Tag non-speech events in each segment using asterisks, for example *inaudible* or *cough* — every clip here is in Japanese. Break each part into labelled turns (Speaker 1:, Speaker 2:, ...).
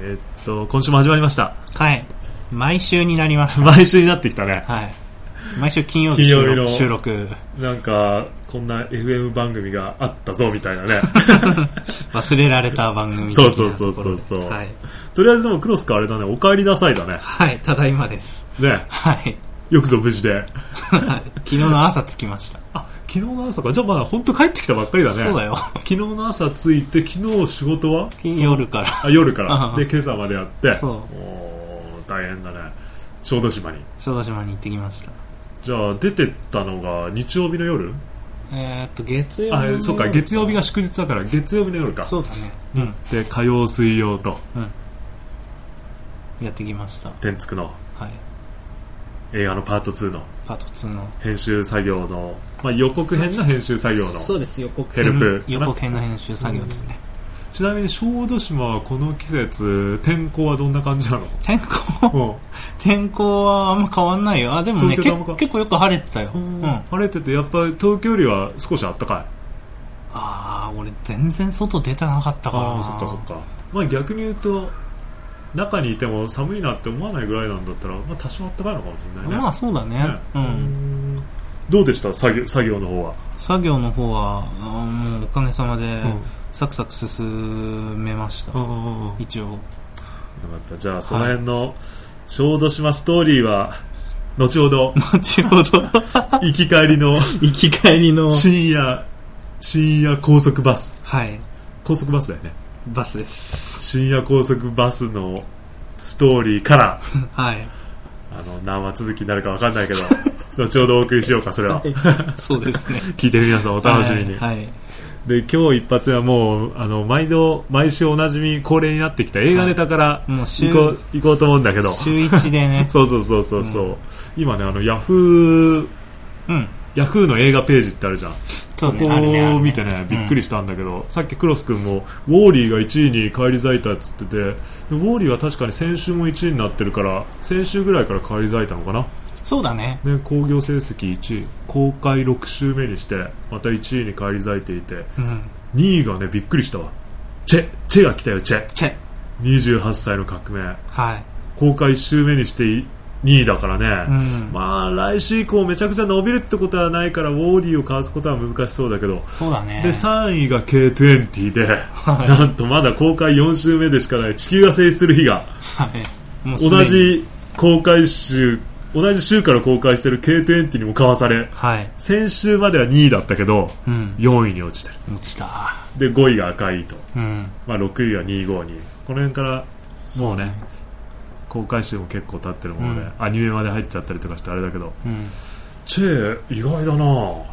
Speaker 1: えっと、今週も始まりました。
Speaker 2: はい。毎週になります。
Speaker 1: 毎週になってきたね。
Speaker 2: はい。毎週金曜日収録。
Speaker 1: 金
Speaker 2: 収
Speaker 1: 曜
Speaker 2: 録
Speaker 1: なんか、こんな FM 番組があったぞ、みたいな
Speaker 2: *laughs*
Speaker 1: ね。
Speaker 2: 忘れられた番組的な
Speaker 1: そうそうそうそうそう
Speaker 2: ところはい。
Speaker 1: とりあえずでもクロスカあれだね、お帰りなさいだね。
Speaker 2: はい、ただいまです。
Speaker 1: ね、
Speaker 2: はい。
Speaker 1: よくぞ無事で。
Speaker 2: 昨日の朝着きました。
Speaker 1: あ、昨日の朝か。じゃあまあ、本当帰ってきたばっかりだね。
Speaker 2: そうだよ。
Speaker 1: 昨日の朝着いて、昨日仕事は
Speaker 2: 金夜から。
Speaker 1: あ夜か
Speaker 2: う
Speaker 1: ら。
Speaker 2: ん
Speaker 1: で、今朝までやって。
Speaker 2: そう
Speaker 1: おー大変だね。小豆島に。
Speaker 2: 小豆島に行ってきました。
Speaker 1: じゃあ、出てったのが日曜日の夜
Speaker 2: えーっと、月曜
Speaker 1: あ
Speaker 2: 日の、
Speaker 1: そっか、月曜日が祝日だから、月曜日の夜か。
Speaker 2: そうだね。う
Speaker 1: で、火曜、水曜と、
Speaker 2: ん。やってきました。
Speaker 1: 天竺の
Speaker 2: はい。
Speaker 1: 映画のパート2の
Speaker 2: パート2の。
Speaker 1: 編集作業の、まあ、予告編の編集作業
Speaker 3: そ
Speaker 1: の
Speaker 3: うです予告
Speaker 1: ヘルプ
Speaker 2: 予告編の編集作業ですね。
Speaker 1: ちなみに小豆島はこの季節天候はどんな感じなの
Speaker 2: 天候、
Speaker 1: うん
Speaker 2: 天候はあんま変わんないよ。あ、でもね、
Speaker 1: 東京
Speaker 2: け
Speaker 1: とあんま変わん
Speaker 2: 結構よく晴れてたよ。うん。あ
Speaker 1: 晴れててやっぱり東京よりは少しあったかい
Speaker 2: あー、俺全然外出てなかったからな。
Speaker 1: ああそっかそっか、まあ、逆に言うと中にいても寒いなって思わないぐらいなんだったら、まあ、多少あったかいのかもしれないね,ね、
Speaker 2: まあそうだね。うん。
Speaker 1: うんどうでした作業作業の方は、
Speaker 2: 作業の方は、あーもうおかげさまで
Speaker 1: うん、
Speaker 2: サクサク進めました。
Speaker 1: うんよ
Speaker 2: 一応。 *laughs*
Speaker 1: かったじゃあその辺の小豆島ストーリーは後ほ
Speaker 2: *laughs*
Speaker 1: ど
Speaker 2: 後ほど、
Speaker 1: *laughs* 行き帰りの
Speaker 2: 生き返りの、
Speaker 1: 深夜深夜高速バス
Speaker 2: はい、
Speaker 1: 高速バスだよね
Speaker 2: バスです。
Speaker 1: 深夜高速バスのストーリーから
Speaker 2: はい。
Speaker 1: あの何話続きになるか分かん
Speaker 2: *laughs*
Speaker 1: ないけど後ほどお送りしようかそれは
Speaker 2: そうですね。
Speaker 1: 聞いてる皆さんお *laughs* 楽しみに、
Speaker 2: はい。はい
Speaker 1: で今日一発はもうあの毎度毎週おなじみ恒例になってきた映画ネタから
Speaker 2: もう週
Speaker 1: 行、こう,、行こうと思うんだけど。
Speaker 2: 週一でね
Speaker 1: *laughs* そうそうそうそうそう、今ねあのヤフー
Speaker 2: うん。
Speaker 1: ヤフーの映画ページってあるじゃん
Speaker 2: そう
Speaker 1: こ
Speaker 2: ね、あるね。あ
Speaker 1: こ
Speaker 2: る
Speaker 1: を
Speaker 2: ね
Speaker 1: 見てねびっくりしたんだけど、さっきクロス君もウォーリーが1位に返り咲いたっつっててウォーリーは確かに先週も1位になってるから先週ぐらいから返り咲いたのかな
Speaker 2: そうだね。
Speaker 1: ね興行成績1位公開6週目にしてまた1位に返り咲いていて
Speaker 2: うん。
Speaker 1: 2位がねびっくりしたわチェチェが来たよチェ
Speaker 2: チェ。
Speaker 1: 28歳の革命
Speaker 2: はい。
Speaker 1: 公開1週目にして2位だからね、
Speaker 2: うん
Speaker 1: まあ来週以降めちゃくちゃ伸びるってことはないからウォーリーをかわすことは難しそうだけど
Speaker 2: そうだね。
Speaker 1: で3位が K20 で、なんとまだ公開4週目でしかない地球が静止する日が
Speaker 2: はい。もうすでに
Speaker 1: 同。じ公開週同じ週から公開してる K20 にもかわされ
Speaker 2: はい。
Speaker 1: 先週までは2位だったけど
Speaker 2: うん。
Speaker 1: 4位に落ちて
Speaker 2: 落ちた。
Speaker 1: るで5位が赤いと、
Speaker 2: うん。
Speaker 1: まあ、6位が252この辺からもうね公開週も結構経ってるもので、
Speaker 2: うん
Speaker 1: アニメまで入っちゃったりとかしてあれだけど
Speaker 2: うん。
Speaker 1: チェ意外だな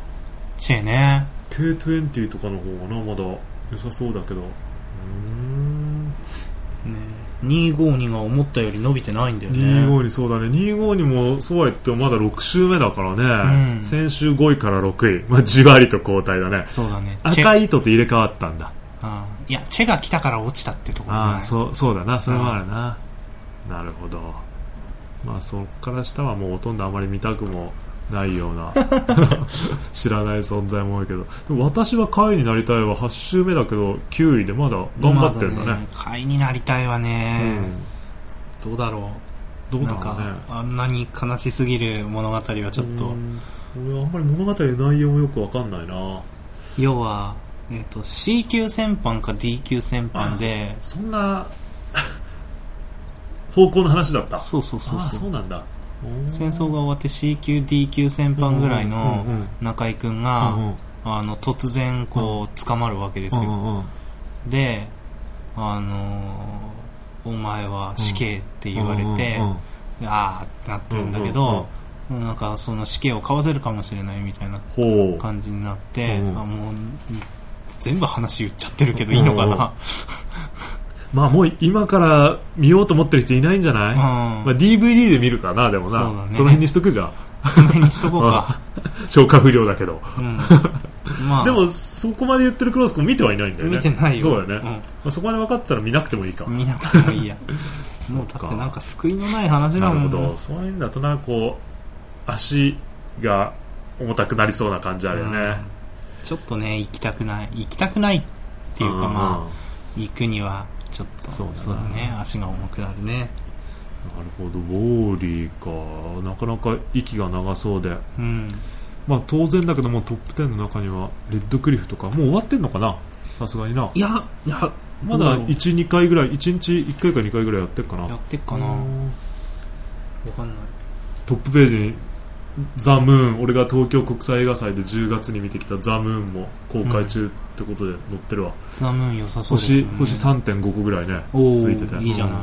Speaker 2: チェね。
Speaker 1: K20 とかの方がなまだ良さそうだけどうーん
Speaker 2: ね252が思ったより伸びてないんだよね
Speaker 1: 25にそうだね25にもそうは言ってもまだ6週目だからね、
Speaker 2: うん
Speaker 1: 先週5位から6位、まあ、じわりと交代だね
Speaker 2: そうだねチェ
Speaker 1: 赤い糸と入れ替わったんだ
Speaker 2: うんいやチェが来たから落ちたってところじゃ
Speaker 1: あ
Speaker 2: な
Speaker 1: あ
Speaker 2: い
Speaker 1: そうそうだなそれもあるな、なるほどまあそっから下はもうほとんどあまり見たくもないよう
Speaker 2: *laughs*
Speaker 1: な知らない存在も多いけどでも私は下位になりたいは8週目だけど9位でまだ頑張ってるんだね
Speaker 2: ま買いになりたいわね、どうだろ
Speaker 1: うん、
Speaker 2: う
Speaker 1: どう
Speaker 2: な
Speaker 1: だ
Speaker 2: ん
Speaker 1: ろうね
Speaker 2: かあんなに悲しすぎる物語はちょっ
Speaker 1: う
Speaker 2: と
Speaker 1: ん俺あんまり物語の内容もよくわかんないな
Speaker 2: 要は、えっと C 級戦犯か D 級戦犯で
Speaker 1: そんな *laughs* 方向の話だった
Speaker 2: そうそうそ
Speaker 1: あ
Speaker 2: う
Speaker 1: あ
Speaker 2: そう
Speaker 1: そうなんだ
Speaker 2: 戦争が終わって C 級 D 級戦犯ぐらい
Speaker 1: うんうんうん
Speaker 2: の中居君
Speaker 1: う
Speaker 2: が、
Speaker 1: んうん
Speaker 2: あの突然こう捕まるわけで
Speaker 1: う
Speaker 2: すよ、
Speaker 1: んうんうん
Speaker 2: で、あのーお前は死刑って言われて、
Speaker 1: うんうんうん
Speaker 2: ああってなってるんだけど、なんかその死刑を買わせるかもしれないみたいな
Speaker 1: ほう
Speaker 2: 感じになって、
Speaker 1: うんうん
Speaker 2: あもう全部話言っちゃってるけどいいのかな、
Speaker 1: まあもう今から見ようと思ってる人いないんじゃない、
Speaker 2: うん
Speaker 1: まあ、DVD で見るかなでもな
Speaker 2: そうだね
Speaker 1: の辺にしとくじゃん
Speaker 2: この辺にしとこうか、
Speaker 1: 消化不良だけど *laughs*
Speaker 2: うん、まあ
Speaker 1: でもそこまで言ってるクロス君見てはいないんだよね
Speaker 2: 見てないよ
Speaker 1: そうだよね、まあ、そこまで分かったら見なくてもいいか、
Speaker 2: うん見なくてもいいやもうだってなんか救いのない話だ
Speaker 1: なる
Speaker 2: も
Speaker 1: ほ
Speaker 2: ん
Speaker 1: どそういうんだとなこう足が重たくなりそうな感じあるよね、
Speaker 2: うんちょっとね行きたくない行きたくないっていうかまあ行くにはちょっと
Speaker 1: そうだな
Speaker 2: だね足が重くなるね
Speaker 1: なるほどウォーリーかなかなか息が長そうで、
Speaker 2: うん
Speaker 1: まあ、当然だけどもうトップ10の中にはレッドクリフとかもう終わってんのかなさすがにない
Speaker 2: やいや
Speaker 1: ま
Speaker 2: どう
Speaker 1: だ
Speaker 2: ろう
Speaker 1: 12回ぐらい1日1回か2回ぐらいやってるかな
Speaker 2: やってっかなわ
Speaker 1: うん
Speaker 2: かんない
Speaker 1: トップページに「ザ・ムーン俺が東京国際映画祭で10月に見てきた「ザ・ムーンも公開中ってことで載ってるわ、
Speaker 2: ザムーン良さそうですよ
Speaker 1: 星
Speaker 2: ね
Speaker 1: 星3.5個ぐらいね
Speaker 2: お
Speaker 1: ついてて
Speaker 2: ーいいじゃない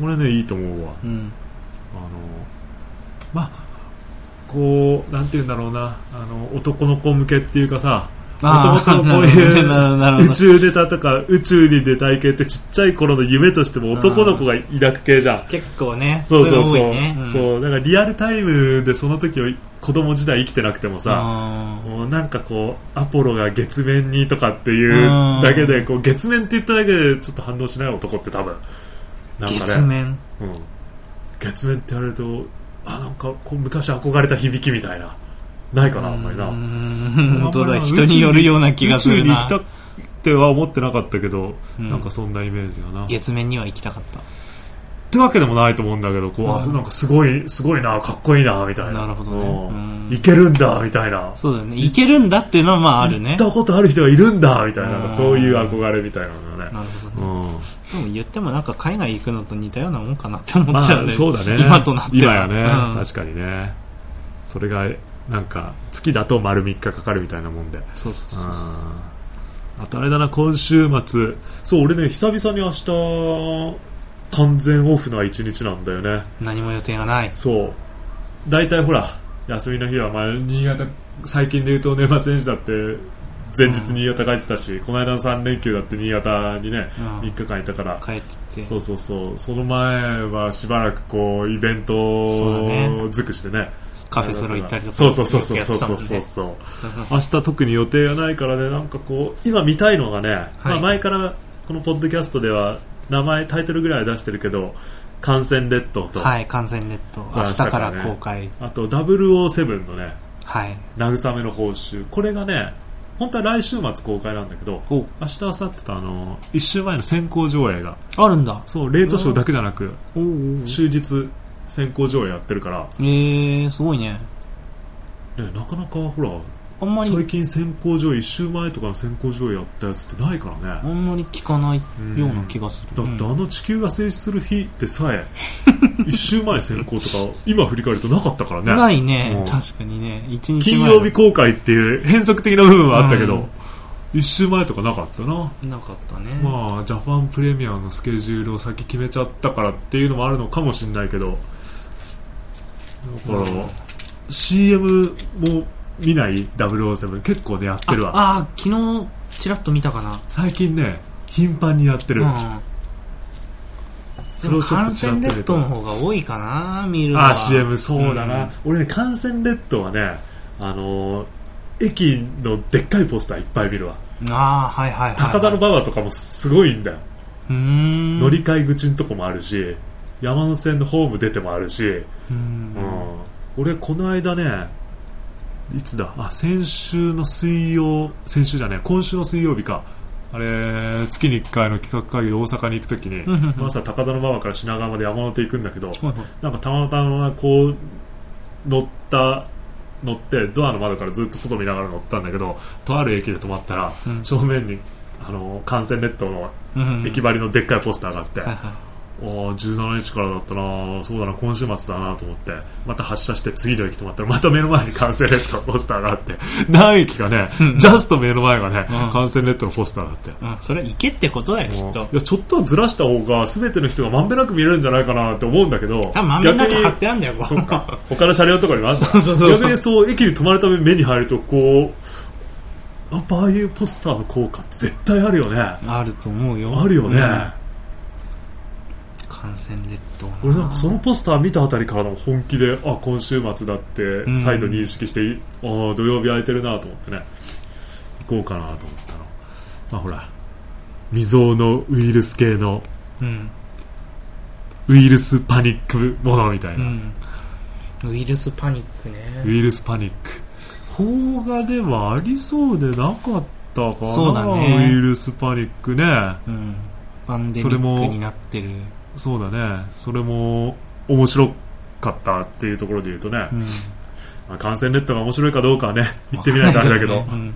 Speaker 1: これねいいと思うわ
Speaker 2: うん
Speaker 1: あのまあこうなんて言うんだろうなあの男の子向けっていうかさ
Speaker 2: ああ
Speaker 1: 元々こう *laughs* いう
Speaker 2: なるほどなる
Speaker 1: 宇
Speaker 2: ほど
Speaker 1: 宙ネタとか宇宙に出たい系ってちっちゃい頃の夢としても男の子が抱く系じゃん
Speaker 2: *laughs* 結構ね
Speaker 1: そうそうそう
Speaker 2: れ多いねうん
Speaker 1: そうだからリアルタイムでその時を子供時代生きてなくてもさ
Speaker 2: あー
Speaker 1: もうなんかこうアポロが月面にとかっていう
Speaker 2: うん
Speaker 1: だけでこう月面って言っただけでちょっと反応しない男って多分なんかね
Speaker 2: 月面
Speaker 1: うん、月面って言われるとあなんかこう昔憧れた響きみたいなないかなあんまりな
Speaker 2: う
Speaker 1: あ
Speaker 2: ーん
Speaker 1: んま
Speaker 2: 本
Speaker 1: り
Speaker 2: 当
Speaker 1: な
Speaker 2: だ人によるような気がするな
Speaker 1: 宇宙に行きたっては思ってなかったけど、
Speaker 2: うん
Speaker 1: なんかそんなイメージがな
Speaker 2: 月面には行きたかった
Speaker 1: ってわけでもないと思うんだけどこう、あ
Speaker 2: うん
Speaker 1: なんかすごいすごいなかっこいいなみたいな
Speaker 2: なるほどね
Speaker 1: うん
Speaker 2: うん
Speaker 1: いけるんだみたいな
Speaker 2: そうだよね行けるんだっていうのはまあある
Speaker 1: 行
Speaker 2: ね
Speaker 1: ったことある人がいるんだみたいななん
Speaker 2: う
Speaker 1: か
Speaker 2: ん
Speaker 1: そういう憧れみたいなのがね
Speaker 2: なるほど
Speaker 1: うん
Speaker 2: ねでも言ってもなんか海外行くのと似たようなもんかなって思
Speaker 1: ま
Speaker 2: っちゃうね、
Speaker 1: あ、そうだね
Speaker 2: 今となって
Speaker 1: 今
Speaker 2: は
Speaker 1: やね、
Speaker 2: うん
Speaker 1: 確かにねそれがなんか月だと丸3日かかるみたいなもんで
Speaker 2: そうそうそうそ
Speaker 1: あ
Speaker 2: う
Speaker 1: ーあとあれだな今週末そう俺ね久々に明日完全オフな一日なんだよね
Speaker 2: 何も予定がない
Speaker 1: そう大体ほら休みの日は、まあ、新潟最近で言うと年末年始だって前日新潟帰ってたし、この間の3連休だって新潟にね
Speaker 2: うん
Speaker 1: 3日間いたから、
Speaker 2: 帰ってて
Speaker 1: そうそうそうその前はしばらくこうイベン
Speaker 2: そうだ
Speaker 1: ト
Speaker 2: ね
Speaker 1: 尽くしてね
Speaker 2: カフェソロ行ったりとか
Speaker 1: そうそうそうそう
Speaker 2: よく
Speaker 1: そ
Speaker 2: や
Speaker 1: う
Speaker 2: ってた
Speaker 1: そ
Speaker 2: も
Speaker 1: うん
Speaker 2: ね
Speaker 1: そうそう明日特に予定がないからねなんかこう今見たいのがね、まあ前からこのポッドキャストでは名前タイトルぐらいは出してるけど「感染列島と」
Speaker 2: はい感染ネット明日から公開
Speaker 1: あと007のね
Speaker 2: はい
Speaker 1: 「慰めの報酬」これがね本当は来週末公開なんだけど
Speaker 2: お
Speaker 1: 明日明後日とあの1週前の先行上映が
Speaker 2: あるんだ
Speaker 1: そうレートショーだけじゃなく
Speaker 2: お
Speaker 1: 終日先行上映やってるから、
Speaker 2: えー、すごいね
Speaker 1: ね、なかなかほら
Speaker 2: あんま
Speaker 1: 最
Speaker 2: り
Speaker 1: 近先行上位1週前とかの先行上位やったやつってないから
Speaker 2: あ
Speaker 1: ね、
Speaker 2: んまり聞かないような気がする、
Speaker 1: だってあ
Speaker 2: うん
Speaker 1: の地球が静止する日でさ
Speaker 2: *laughs*
Speaker 1: え1週前先行とか今振り返るとなかったからね
Speaker 2: ないね、
Speaker 1: うん
Speaker 2: 確かにね一日
Speaker 1: 金
Speaker 2: 前
Speaker 1: 曜日公開っていう変則的な部分はあったけど、
Speaker 2: うん
Speaker 1: 1週前とかなかったな
Speaker 2: なかったね、
Speaker 1: まあジャパンプレミアのスケジュールを先決めちゃったからっていうのもあるのかもしれないけどだから
Speaker 2: なるほど
Speaker 1: CM も見ない007結構ねやってるわ
Speaker 2: ああー昨日ちらっと見たかな
Speaker 1: 最近ね頻繁にやってる、
Speaker 2: うん
Speaker 1: そ
Speaker 2: で
Speaker 1: れ
Speaker 2: も
Speaker 1: をちょっ
Speaker 2: 感
Speaker 1: と違
Speaker 2: 染
Speaker 1: って
Speaker 2: ネ
Speaker 1: る
Speaker 2: ットの方が多いかな見るのは
Speaker 1: あー CM そうだな、
Speaker 2: ん
Speaker 1: 俺ね感染列島はねあのー駅のでっかいポスターいっぱい見るわ
Speaker 2: ああはいはいはい、はい、
Speaker 1: 高田馬場とかもすごいんだよ、
Speaker 2: うーん
Speaker 1: 乗り換え口のとこもあるし山手線のホーム出てもあるし、
Speaker 2: うー
Speaker 1: うんん俺この間ねいつだあ先週の水曜先週じゃねえ今週の水曜日かあれ月に1回の企画会議で大阪に行くときに
Speaker 2: うんうんうん
Speaker 1: 朝高田馬場から品川まで山手行くんだけど、
Speaker 2: はいはい
Speaker 1: なんかたまたまこう乗った乗ってドアの窓からずっと外見ながら乗ってたんだけどとある駅で止まったら、
Speaker 2: うん
Speaker 1: 正面にあの幹線列島の
Speaker 2: うん
Speaker 1: 駅張りのでっかいポスターがあって、
Speaker 2: はいはい
Speaker 1: おー17日からだったなそうだな今週末だなと思ってまた発車して次の駅止まったらまた目の前に完成レッドのポスターがあって何駅かね
Speaker 2: うん
Speaker 1: ジャスト目の前がね
Speaker 2: うん
Speaker 1: 完成レッドのポスターがあって
Speaker 2: うん、それは行けってことだよき
Speaker 1: も
Speaker 2: っ
Speaker 1: う
Speaker 2: と
Speaker 1: いやちょっとはずらした方が全ての人がまんべんなく見れるんじゃないかなって思うんだけど
Speaker 2: 多分真ん中に貼ってあんだよこう
Speaker 1: そっか他の車両とかにもあった
Speaker 2: そうそうそうそう
Speaker 1: 逆にそう駅に止まるために目に入るとこうやっぱああいうポスターの効果って絶対あるよねあ
Speaker 2: あると思うよ
Speaker 1: るよね、
Speaker 2: うん感染列島な
Speaker 1: 俺なんかそのポスター見たあたりからの本気であ今週末だって
Speaker 2: ん
Speaker 1: 再度認識して、あー土曜日空いてるなと思ってね行こうかなと思ったのまあほら未曾有のウイルス系の
Speaker 2: うん、
Speaker 1: ウイルスパニックものみたいうな、
Speaker 2: ん、ウイルスパニック
Speaker 1: ウ
Speaker 2: ね
Speaker 1: イルスパニック邦画ではありそうでなかったかな
Speaker 2: そうだね
Speaker 1: ウイルスパニックね
Speaker 2: うんパンデミ
Speaker 1: それも
Speaker 2: ックになってる、
Speaker 1: そうだねそれも面白かったっていうところで言うとね、
Speaker 2: うん、
Speaker 1: まあ、感染ネットが面白いかどうかは
Speaker 2: *laughs*
Speaker 1: ね言ってみないとあれだけど、
Speaker 2: うん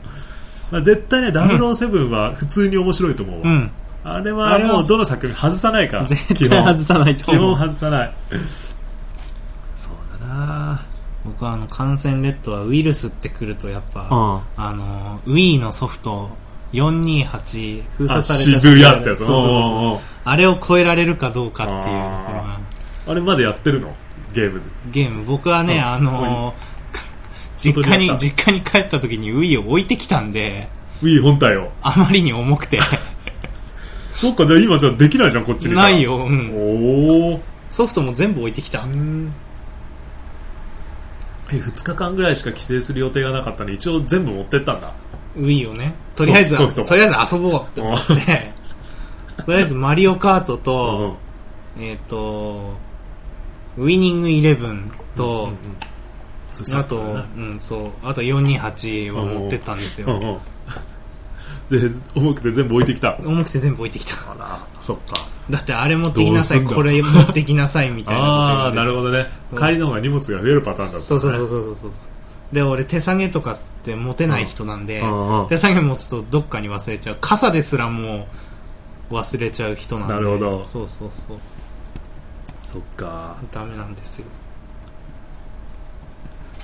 Speaker 1: まあ、絶対ね007は普通に面白いと思うわ、
Speaker 2: うん、
Speaker 1: あれ
Speaker 2: あ
Speaker 1: は
Speaker 2: れは
Speaker 1: もうどの作品外さないから
Speaker 2: 絶
Speaker 1: 基
Speaker 2: 対外
Speaker 1: 本
Speaker 2: さないと
Speaker 1: 基
Speaker 2: 思う
Speaker 1: 本外さないそうだな
Speaker 2: 僕はあの感染レッドはウイルスってくるとやっぱ、
Speaker 1: うん
Speaker 2: あの Wii のソフト428封鎖
Speaker 1: あ
Speaker 2: された
Speaker 1: 渋谷ってやつ
Speaker 2: そうそうそうそ
Speaker 1: お
Speaker 2: う
Speaker 1: うおうおう
Speaker 2: あれを超えられるかどうかっていうところが
Speaker 1: あれまでやってるのゲームで
Speaker 2: ゲーム僕はね、
Speaker 1: うん
Speaker 2: あのー実家に
Speaker 1: 外にあった
Speaker 2: 実家に帰った時に Wii を置いてきたんで
Speaker 1: Wii 本体を
Speaker 2: あまりに重
Speaker 1: *laughs*
Speaker 2: くて
Speaker 1: そっかじゃあ今じゃあできないじゃんこっちに
Speaker 2: ないよ、う
Speaker 1: お
Speaker 2: ん、
Speaker 1: お
Speaker 2: ソフトも全部置いてきた
Speaker 1: え2日間ぐらいしか帰省する予定がなかったので一応全部持ってったんだ
Speaker 2: Wii をねとりあえず
Speaker 1: ソフト
Speaker 2: とりあえず遊ぼうって思ってとりあえずマリオカートと、
Speaker 1: うん
Speaker 2: えっ、と、ウィニングイレブンと、
Speaker 1: うん
Speaker 2: あと、うん、そう、あと428は持ってったんですよ。
Speaker 1: うんうん、で重くて全部置いてきた
Speaker 2: 重くて全部置いてきた。 *laughs*
Speaker 1: あらそっか
Speaker 2: だってあれ持ってきなさい、
Speaker 1: どうすんだ
Speaker 2: これ持ってきなさい、みたいなこ
Speaker 1: *laughs*
Speaker 2: と
Speaker 1: ああーなるほどね
Speaker 2: うん
Speaker 1: 帰りの方が荷物が増えるパターンだった、ね、
Speaker 2: そうそうそうそうそう。で、俺手下げとかって持てない人なんで、
Speaker 1: うんうん
Speaker 2: 手下げ持つとどっかに忘れちゃう。傘ですらもう忘れちゃう人なんで。
Speaker 1: なるほど
Speaker 2: そうそうそう。
Speaker 1: そっか
Speaker 2: ダメなんですよ。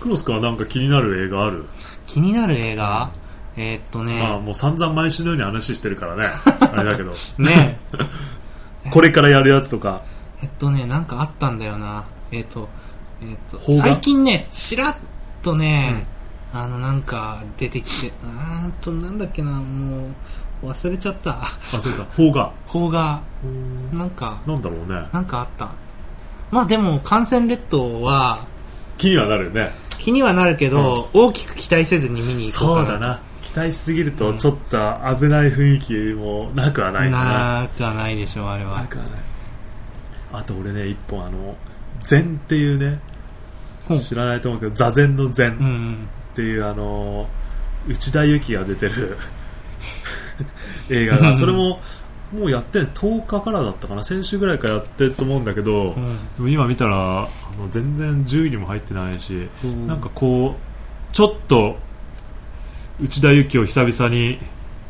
Speaker 1: クロス君はなんか気になる映画ある、
Speaker 2: 気になる映画、えーっと
Speaker 1: まあ
Speaker 2: ね、
Speaker 1: もう散々毎週のように話してるからねあれだけど
Speaker 2: ね、
Speaker 1: これからやるやつとか
Speaker 2: えっとね、なんかあったんだよな。えっと、えっと、
Speaker 1: 邦画
Speaker 2: 最近ね、ちらっとね、あの、なんか出てきて、あーっと、なんだっけな、もう、忘れちゃった。
Speaker 1: 忘れた邦画
Speaker 2: 邦画、なんか、
Speaker 1: なんだろうね
Speaker 2: なんかあった。まあでも、感染列島は、
Speaker 1: 気にはなるよね
Speaker 2: 気にはなるけど、大きく期待せずに見に行こう
Speaker 1: そう
Speaker 2: か
Speaker 1: だ
Speaker 2: な。
Speaker 1: な期待しすぎるとちょっと危ない雰囲気もなくはないかな
Speaker 2: なくはないでしょう、あれは。
Speaker 1: くはないあと俺ね一本あの禅っていうね
Speaker 2: ほう
Speaker 1: 知らないと思うけど座禅の禅
Speaker 2: うんうん。
Speaker 1: っていうあの内田有紀が出て
Speaker 2: *laughs*
Speaker 1: る映画がそれももうやってん10日からだったかな先週ぐらいからやってると思うんだけど、
Speaker 2: うん
Speaker 1: でも今見たらあの全然10位にも入ってないし、なんかこうちょっと内田有紀を久々に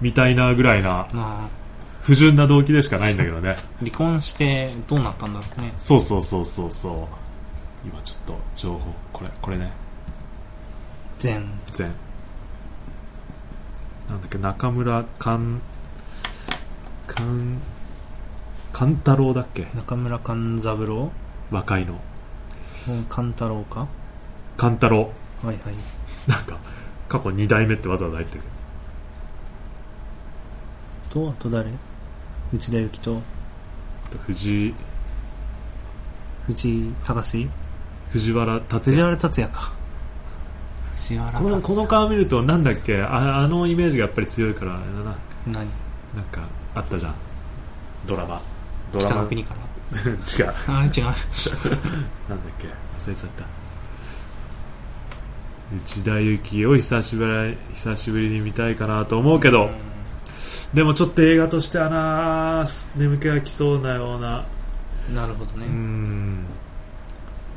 Speaker 1: 見たいなぐらいな
Speaker 2: まあ、
Speaker 1: 不純な動機でしかないんだけどね
Speaker 2: 離婚してどうなったんだろうね。
Speaker 1: *laughs* そうそうそうそうそう今ちょっと情報これこれね
Speaker 2: 全。
Speaker 1: 全なんだっけ中村勘勘勘太郎だっけ
Speaker 2: 中村勘三郎
Speaker 1: 若いの
Speaker 2: うん勘太郎か
Speaker 1: 勘太郎
Speaker 2: はいはい。
Speaker 1: なんか過去2代目ってわざわざ入ってる
Speaker 2: と、あと誰内田有紀と、
Speaker 1: 藤井
Speaker 2: 藤井隆
Speaker 1: 藤原竜
Speaker 2: 藤
Speaker 1: 也
Speaker 2: 原達也か。藤原
Speaker 1: このこ
Speaker 2: 達
Speaker 1: の顔見るとなんだっけああのイメージがやっぱり強いからあれだな
Speaker 2: 也。何
Speaker 1: なんかあったじゃんドラマドラ
Speaker 2: 北
Speaker 1: マ
Speaker 2: の国か
Speaker 1: 違う
Speaker 2: ら。あれ違う。
Speaker 1: なんだっけ忘れちゃった内田有紀を久しぶり久しぶりに見たいかなと思うけど、でもちょっと映画としてはなす眠気がきそうなような
Speaker 2: うんなるほど
Speaker 1: う
Speaker 2: ね。
Speaker 1: ーん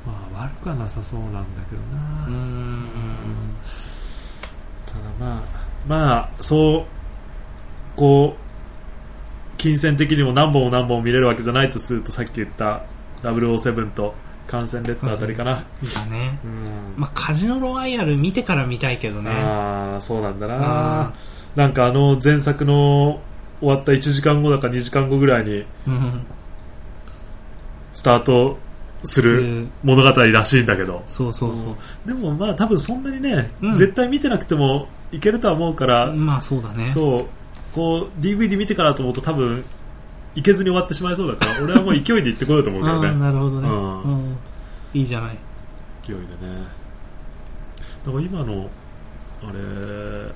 Speaker 1: まあ悪くはなさそうなんだけどな、
Speaker 2: うーん。
Speaker 1: ただまあまあそうこう金銭的にも何本も何本も見れるわけじゃないとするとさっき言った007と感染レッドあたりかな、
Speaker 2: いいかね。
Speaker 1: うん
Speaker 2: まあ、カジノロワイヤル見てから見たいけどね。
Speaker 1: ああそうなんだ
Speaker 2: あ
Speaker 1: ななんかあの前作の終わった1時間後だか2時間後ぐらいに
Speaker 2: うん。
Speaker 1: スタートする
Speaker 2: る。
Speaker 1: 物語らしいんだけど
Speaker 2: そうそうそう。
Speaker 1: でもまあ多分そんなにね、
Speaker 2: うん
Speaker 1: 絶対見てなくてもいけるとは思うから、
Speaker 2: まあ、そうだね。
Speaker 1: そうこう DVD 見てからと思うと多分いけずに終わってしまいそうだ
Speaker 2: *laughs*
Speaker 1: から俺はもう勢いで行ってこようと思うけ
Speaker 2: あ
Speaker 1: ど
Speaker 2: あー、
Speaker 1: ね
Speaker 2: なるほどね。
Speaker 1: うん
Speaker 2: うん。いいじゃない。
Speaker 1: 勢いでねだから今のあれ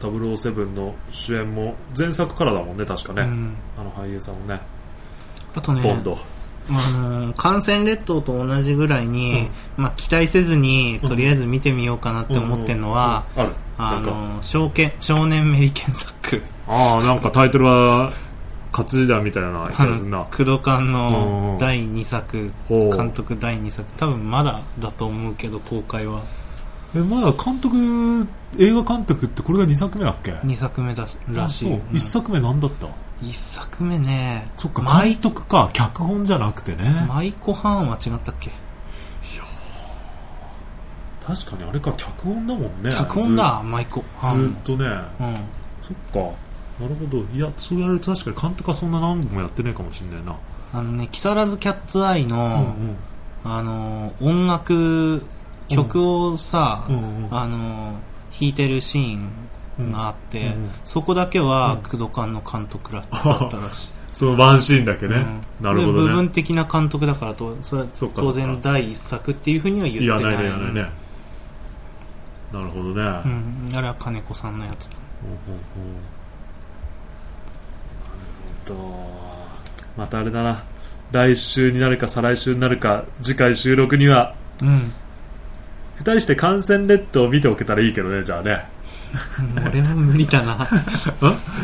Speaker 1: 007の主演も前作からだもんね確かね、
Speaker 2: うん。
Speaker 1: あの俳優さんもね、
Speaker 2: あとね。
Speaker 1: ボンド。
Speaker 2: あのー感染列島と同じぐらいに、まあ、期待せずに
Speaker 1: うん
Speaker 2: とりあえず見てみようかなって思ってるのは、
Speaker 1: うんうんうんある。
Speaker 2: あ
Speaker 1: なんか、
Speaker 2: のー少年少年メリケンサック
Speaker 1: ああ、なんかタイトルは活字だみたいな気がするな。
Speaker 2: クドカン
Speaker 1: う
Speaker 2: の
Speaker 1: ん
Speaker 2: 第2作、
Speaker 1: ほう
Speaker 2: 監督第2作、多分まだだと思うけど、公開は。
Speaker 1: え、まだ監督、映画監督ってこれが2作目だっけ
Speaker 2: 2作目だしらしい。
Speaker 1: あそう1作目なんだった
Speaker 2: うん一作目ね、
Speaker 1: そっか、
Speaker 2: マイ
Speaker 1: 監督か、脚本じゃなくてね。
Speaker 2: マイコハーンは違ったっけ
Speaker 1: 確かにあれか、脚本だもんね。
Speaker 2: 脚本だ、マイコハ
Speaker 1: ず。
Speaker 2: ー
Speaker 1: ず
Speaker 2: ン
Speaker 1: っ。とね。
Speaker 2: うん。
Speaker 1: そっか。なるほど。いや、そうやると確かに監督はそんな何本もやってないかもしれないな。
Speaker 2: あのね、木更津キャッツアイ
Speaker 1: うん
Speaker 2: の、あの、音楽、曲をさ、
Speaker 1: うんうんうん
Speaker 2: あの、弾いてるシーンがあって、
Speaker 1: うんうん
Speaker 2: そこだけ
Speaker 1: うん
Speaker 2: は、工藤官の監督らだったらしい。
Speaker 1: そのワンシーンだけ *laughs* ね。
Speaker 2: うん
Speaker 1: なるほ
Speaker 2: で部
Speaker 1: どね。
Speaker 2: 分的な監督だからと、それは
Speaker 1: そっかそっか
Speaker 2: 当然第一作っていうふうには言
Speaker 1: いや、
Speaker 2: って
Speaker 1: な
Speaker 2: ないい。
Speaker 1: ね、やらないね。なるほどね。
Speaker 2: うん、あれは金子さんのやつだ。
Speaker 1: ほうほうほうまたあれだな来週になるか再来週になるか次回収録には
Speaker 2: うん。
Speaker 1: 2人して感染列島を見ておけたらいいけどねじゃあね
Speaker 2: 俺は無理だ
Speaker 1: *laughs*
Speaker 2: な。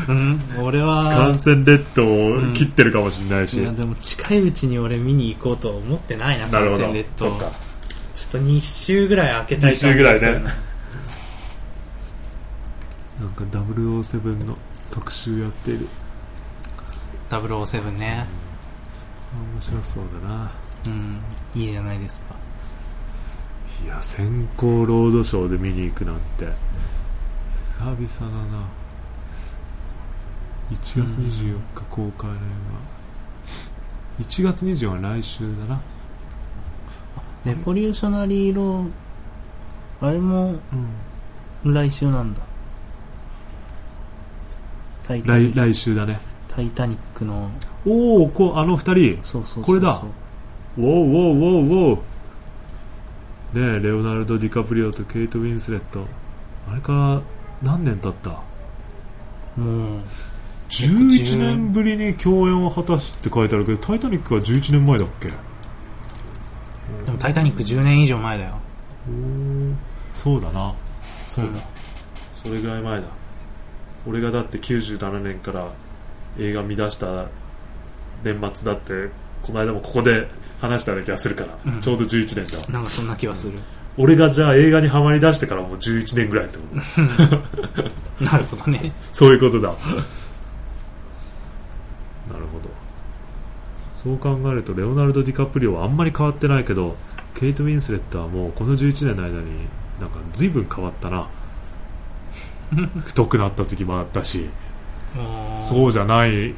Speaker 2: うん、俺は
Speaker 1: 感、染列島を切ってるかもしれないし、
Speaker 2: いやでも近いうちに俺見に行こうとは思ってないな、
Speaker 1: なる
Speaker 2: 感
Speaker 1: ほど
Speaker 2: 染列
Speaker 1: そ
Speaker 2: 島。
Speaker 1: っか
Speaker 2: ちょっと2週ぐらい開けたい
Speaker 1: 2週ぐらいね
Speaker 2: 感じがす
Speaker 1: なんか007の特集やっている
Speaker 2: るな。007ね。
Speaker 1: 面白そうだな
Speaker 2: うん、いいじゃないですか。
Speaker 1: いや先行ロードショーで見に行くなんて久々だな1月24日公開の映画、1月24日は来週だな、
Speaker 2: レポリューショナリーロー、あれも来週なんだ。タイタニ
Speaker 1: 来
Speaker 2: ック
Speaker 1: 来週だね
Speaker 2: タイタニックの、
Speaker 1: おおこあの2人
Speaker 2: そうそうそうそう
Speaker 1: これだウォーウォーウォーウォーねえレオナルド・ディカプリオとケイト・ウィンスレットあれから何年経った
Speaker 2: もう、
Speaker 1: 11年ぶりに共演を果たしって書いてあるけど「タイタニック」は11年前だっけ
Speaker 2: でもタイタニック10年以上前だよ。
Speaker 1: そうだなそう
Speaker 2: だ
Speaker 1: それぐらい前だ俺がだって97年から映画見出した年末だってこの間もここで話したような気がするから、
Speaker 2: うん
Speaker 1: ちょうど11年だわ
Speaker 2: なんかそんな気はする。
Speaker 1: 俺がじゃあ映画にはまり出してからもう11年ぐらいってこと
Speaker 2: なるほどね。
Speaker 1: そういう
Speaker 2: *laughs*
Speaker 1: ことだなるほどそう考えるとレオナルド・ディカプリオはあんまり変わってないけどケイト・ウィンスレットはもうこの11年の間になんか随分変わった
Speaker 2: *laughs*
Speaker 1: な太くなった時もあったし
Speaker 2: う。
Speaker 1: そうじゃないい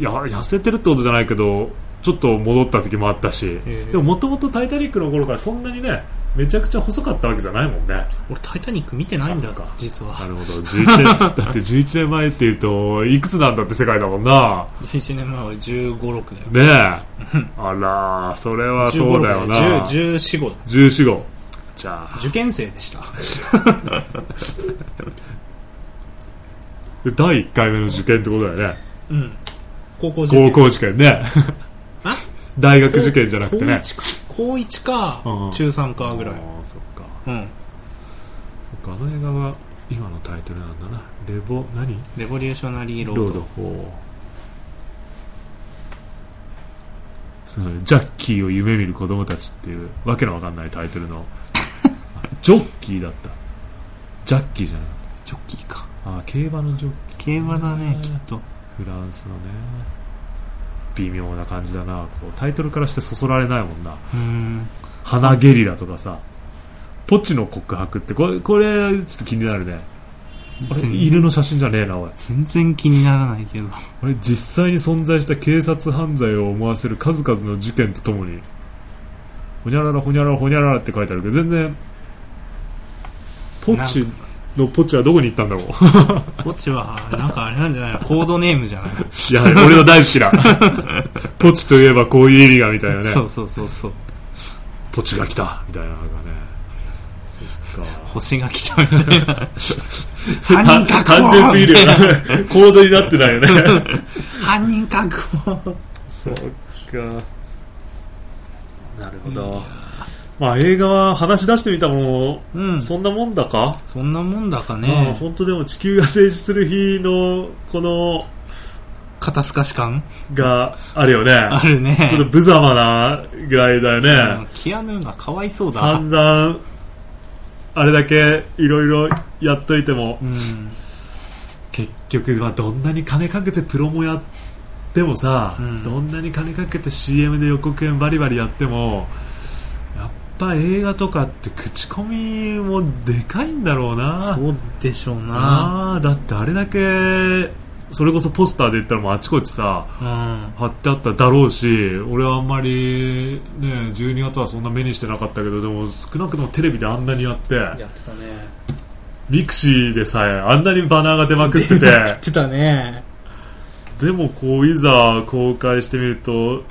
Speaker 1: や痩せてるってことじゃないけどちょっと戻った時もあったし
Speaker 2: ええ
Speaker 1: でももともと「タイタニック」の頃からそんなにねめちゃくちゃ細かったわけじゃないもんね
Speaker 2: 俺タイタニック見てないんだ
Speaker 1: あそうか、
Speaker 2: *laughs* 実は
Speaker 1: な。るほど11年
Speaker 2: *laughs*
Speaker 1: だって11年前っていうといくつなんだって世界だもんな
Speaker 2: 11年前は15、6だよ。
Speaker 1: ねえあらーそれはそうだよな
Speaker 2: 14、15だ。
Speaker 1: 14号じゃあ
Speaker 2: 受験生でした。
Speaker 1: で第1回目の受験ってことだよね
Speaker 2: うん。高校受
Speaker 1: 高
Speaker 2: 験。
Speaker 1: 校受験ね
Speaker 2: あ
Speaker 1: *laughs* 大学受験じゃなくてね
Speaker 2: 高一か
Speaker 1: うんうん、
Speaker 2: 中3かぐらい
Speaker 1: あ。ーそっか
Speaker 2: うん。
Speaker 1: そっかあの映画は今のタイトルなんだなレボ何
Speaker 2: レボリューショナリーロ
Speaker 1: ロ
Speaker 2: ー
Speaker 1: ード
Speaker 2: ド。
Speaker 1: ほうすごいジャッキーを夢見る子供たちっていうわけのわかんないタイトルのあジョッキーだったジャッキーじゃなかっ
Speaker 2: ジョッキーか。
Speaker 1: たあ競馬のジョッキ
Speaker 2: 競馬だね、きっと。
Speaker 1: ーフランスのね微妙な感じだなこうタイトルからしてそそられないもんな
Speaker 2: うん。
Speaker 1: 花ゲリラとかさポチの告白ってこれこれちょっと気になるねあれ
Speaker 2: 全
Speaker 1: 犬の写真じゃねえなおい
Speaker 2: 全然気にならないけど。
Speaker 1: これ実際に存在した警察犯罪を思わせる数々の事件とともにほにゃららほにゃららほにゃららって書いてあるけど全然ポチのポチはどこに行ったんだろう
Speaker 2: ポチは、なんかあれなんじゃないのコードネームじゃない
Speaker 1: *laughs* いや俺の大好きな *laughs* ポチといえばこういう意味がみたいな *laughs*
Speaker 2: の、
Speaker 1: ね
Speaker 2: そうそうそうそう。
Speaker 1: ポチが来たみたいななんかねそっか
Speaker 2: 星が来たみた
Speaker 1: *laughs*
Speaker 2: いな。犯人
Speaker 1: た
Speaker 2: 確
Speaker 1: 単
Speaker 2: 保
Speaker 1: 純すぎるよ *laughs* なコードになってないよね
Speaker 2: 犯人確保
Speaker 1: *laughs* そっかなるほどまあ映画は話し出してみたものを
Speaker 2: うん。そ
Speaker 1: そんなもんだか、
Speaker 2: そんなもんだか
Speaker 1: まあ
Speaker 2: ね。
Speaker 1: 本当でも地球が静止する日のこの
Speaker 2: 肩透かし感
Speaker 1: があるよね。
Speaker 2: あるね。
Speaker 1: ちょっと無様なぐらいだよ
Speaker 2: う
Speaker 1: ね
Speaker 2: ん。キアヌがかわいそうだ。
Speaker 1: 散々、あれだけいろいろやっといても
Speaker 2: う、ん。
Speaker 1: 結局、まあ、どんなに金かけてプロもやってもさ、
Speaker 2: うん
Speaker 1: どんなに金かけて CM で予告編バリバリやってもやっぱ映画とかって口コミもでかいんだろうな
Speaker 2: そうでしょうな。
Speaker 1: あーだってあれだけそれこそポスターで言ったらもうあちこちさ
Speaker 2: うん。
Speaker 1: 貼ってあっただろうし俺はあんまり、ね、12月はそんな目にしてなかったけどでも少なくともテレビであんなにやって
Speaker 2: やってたね。
Speaker 1: ミクシーでさえあんなにバナーが出まくってて
Speaker 2: や *laughs* ってたね。
Speaker 1: でもこういざ公開してみると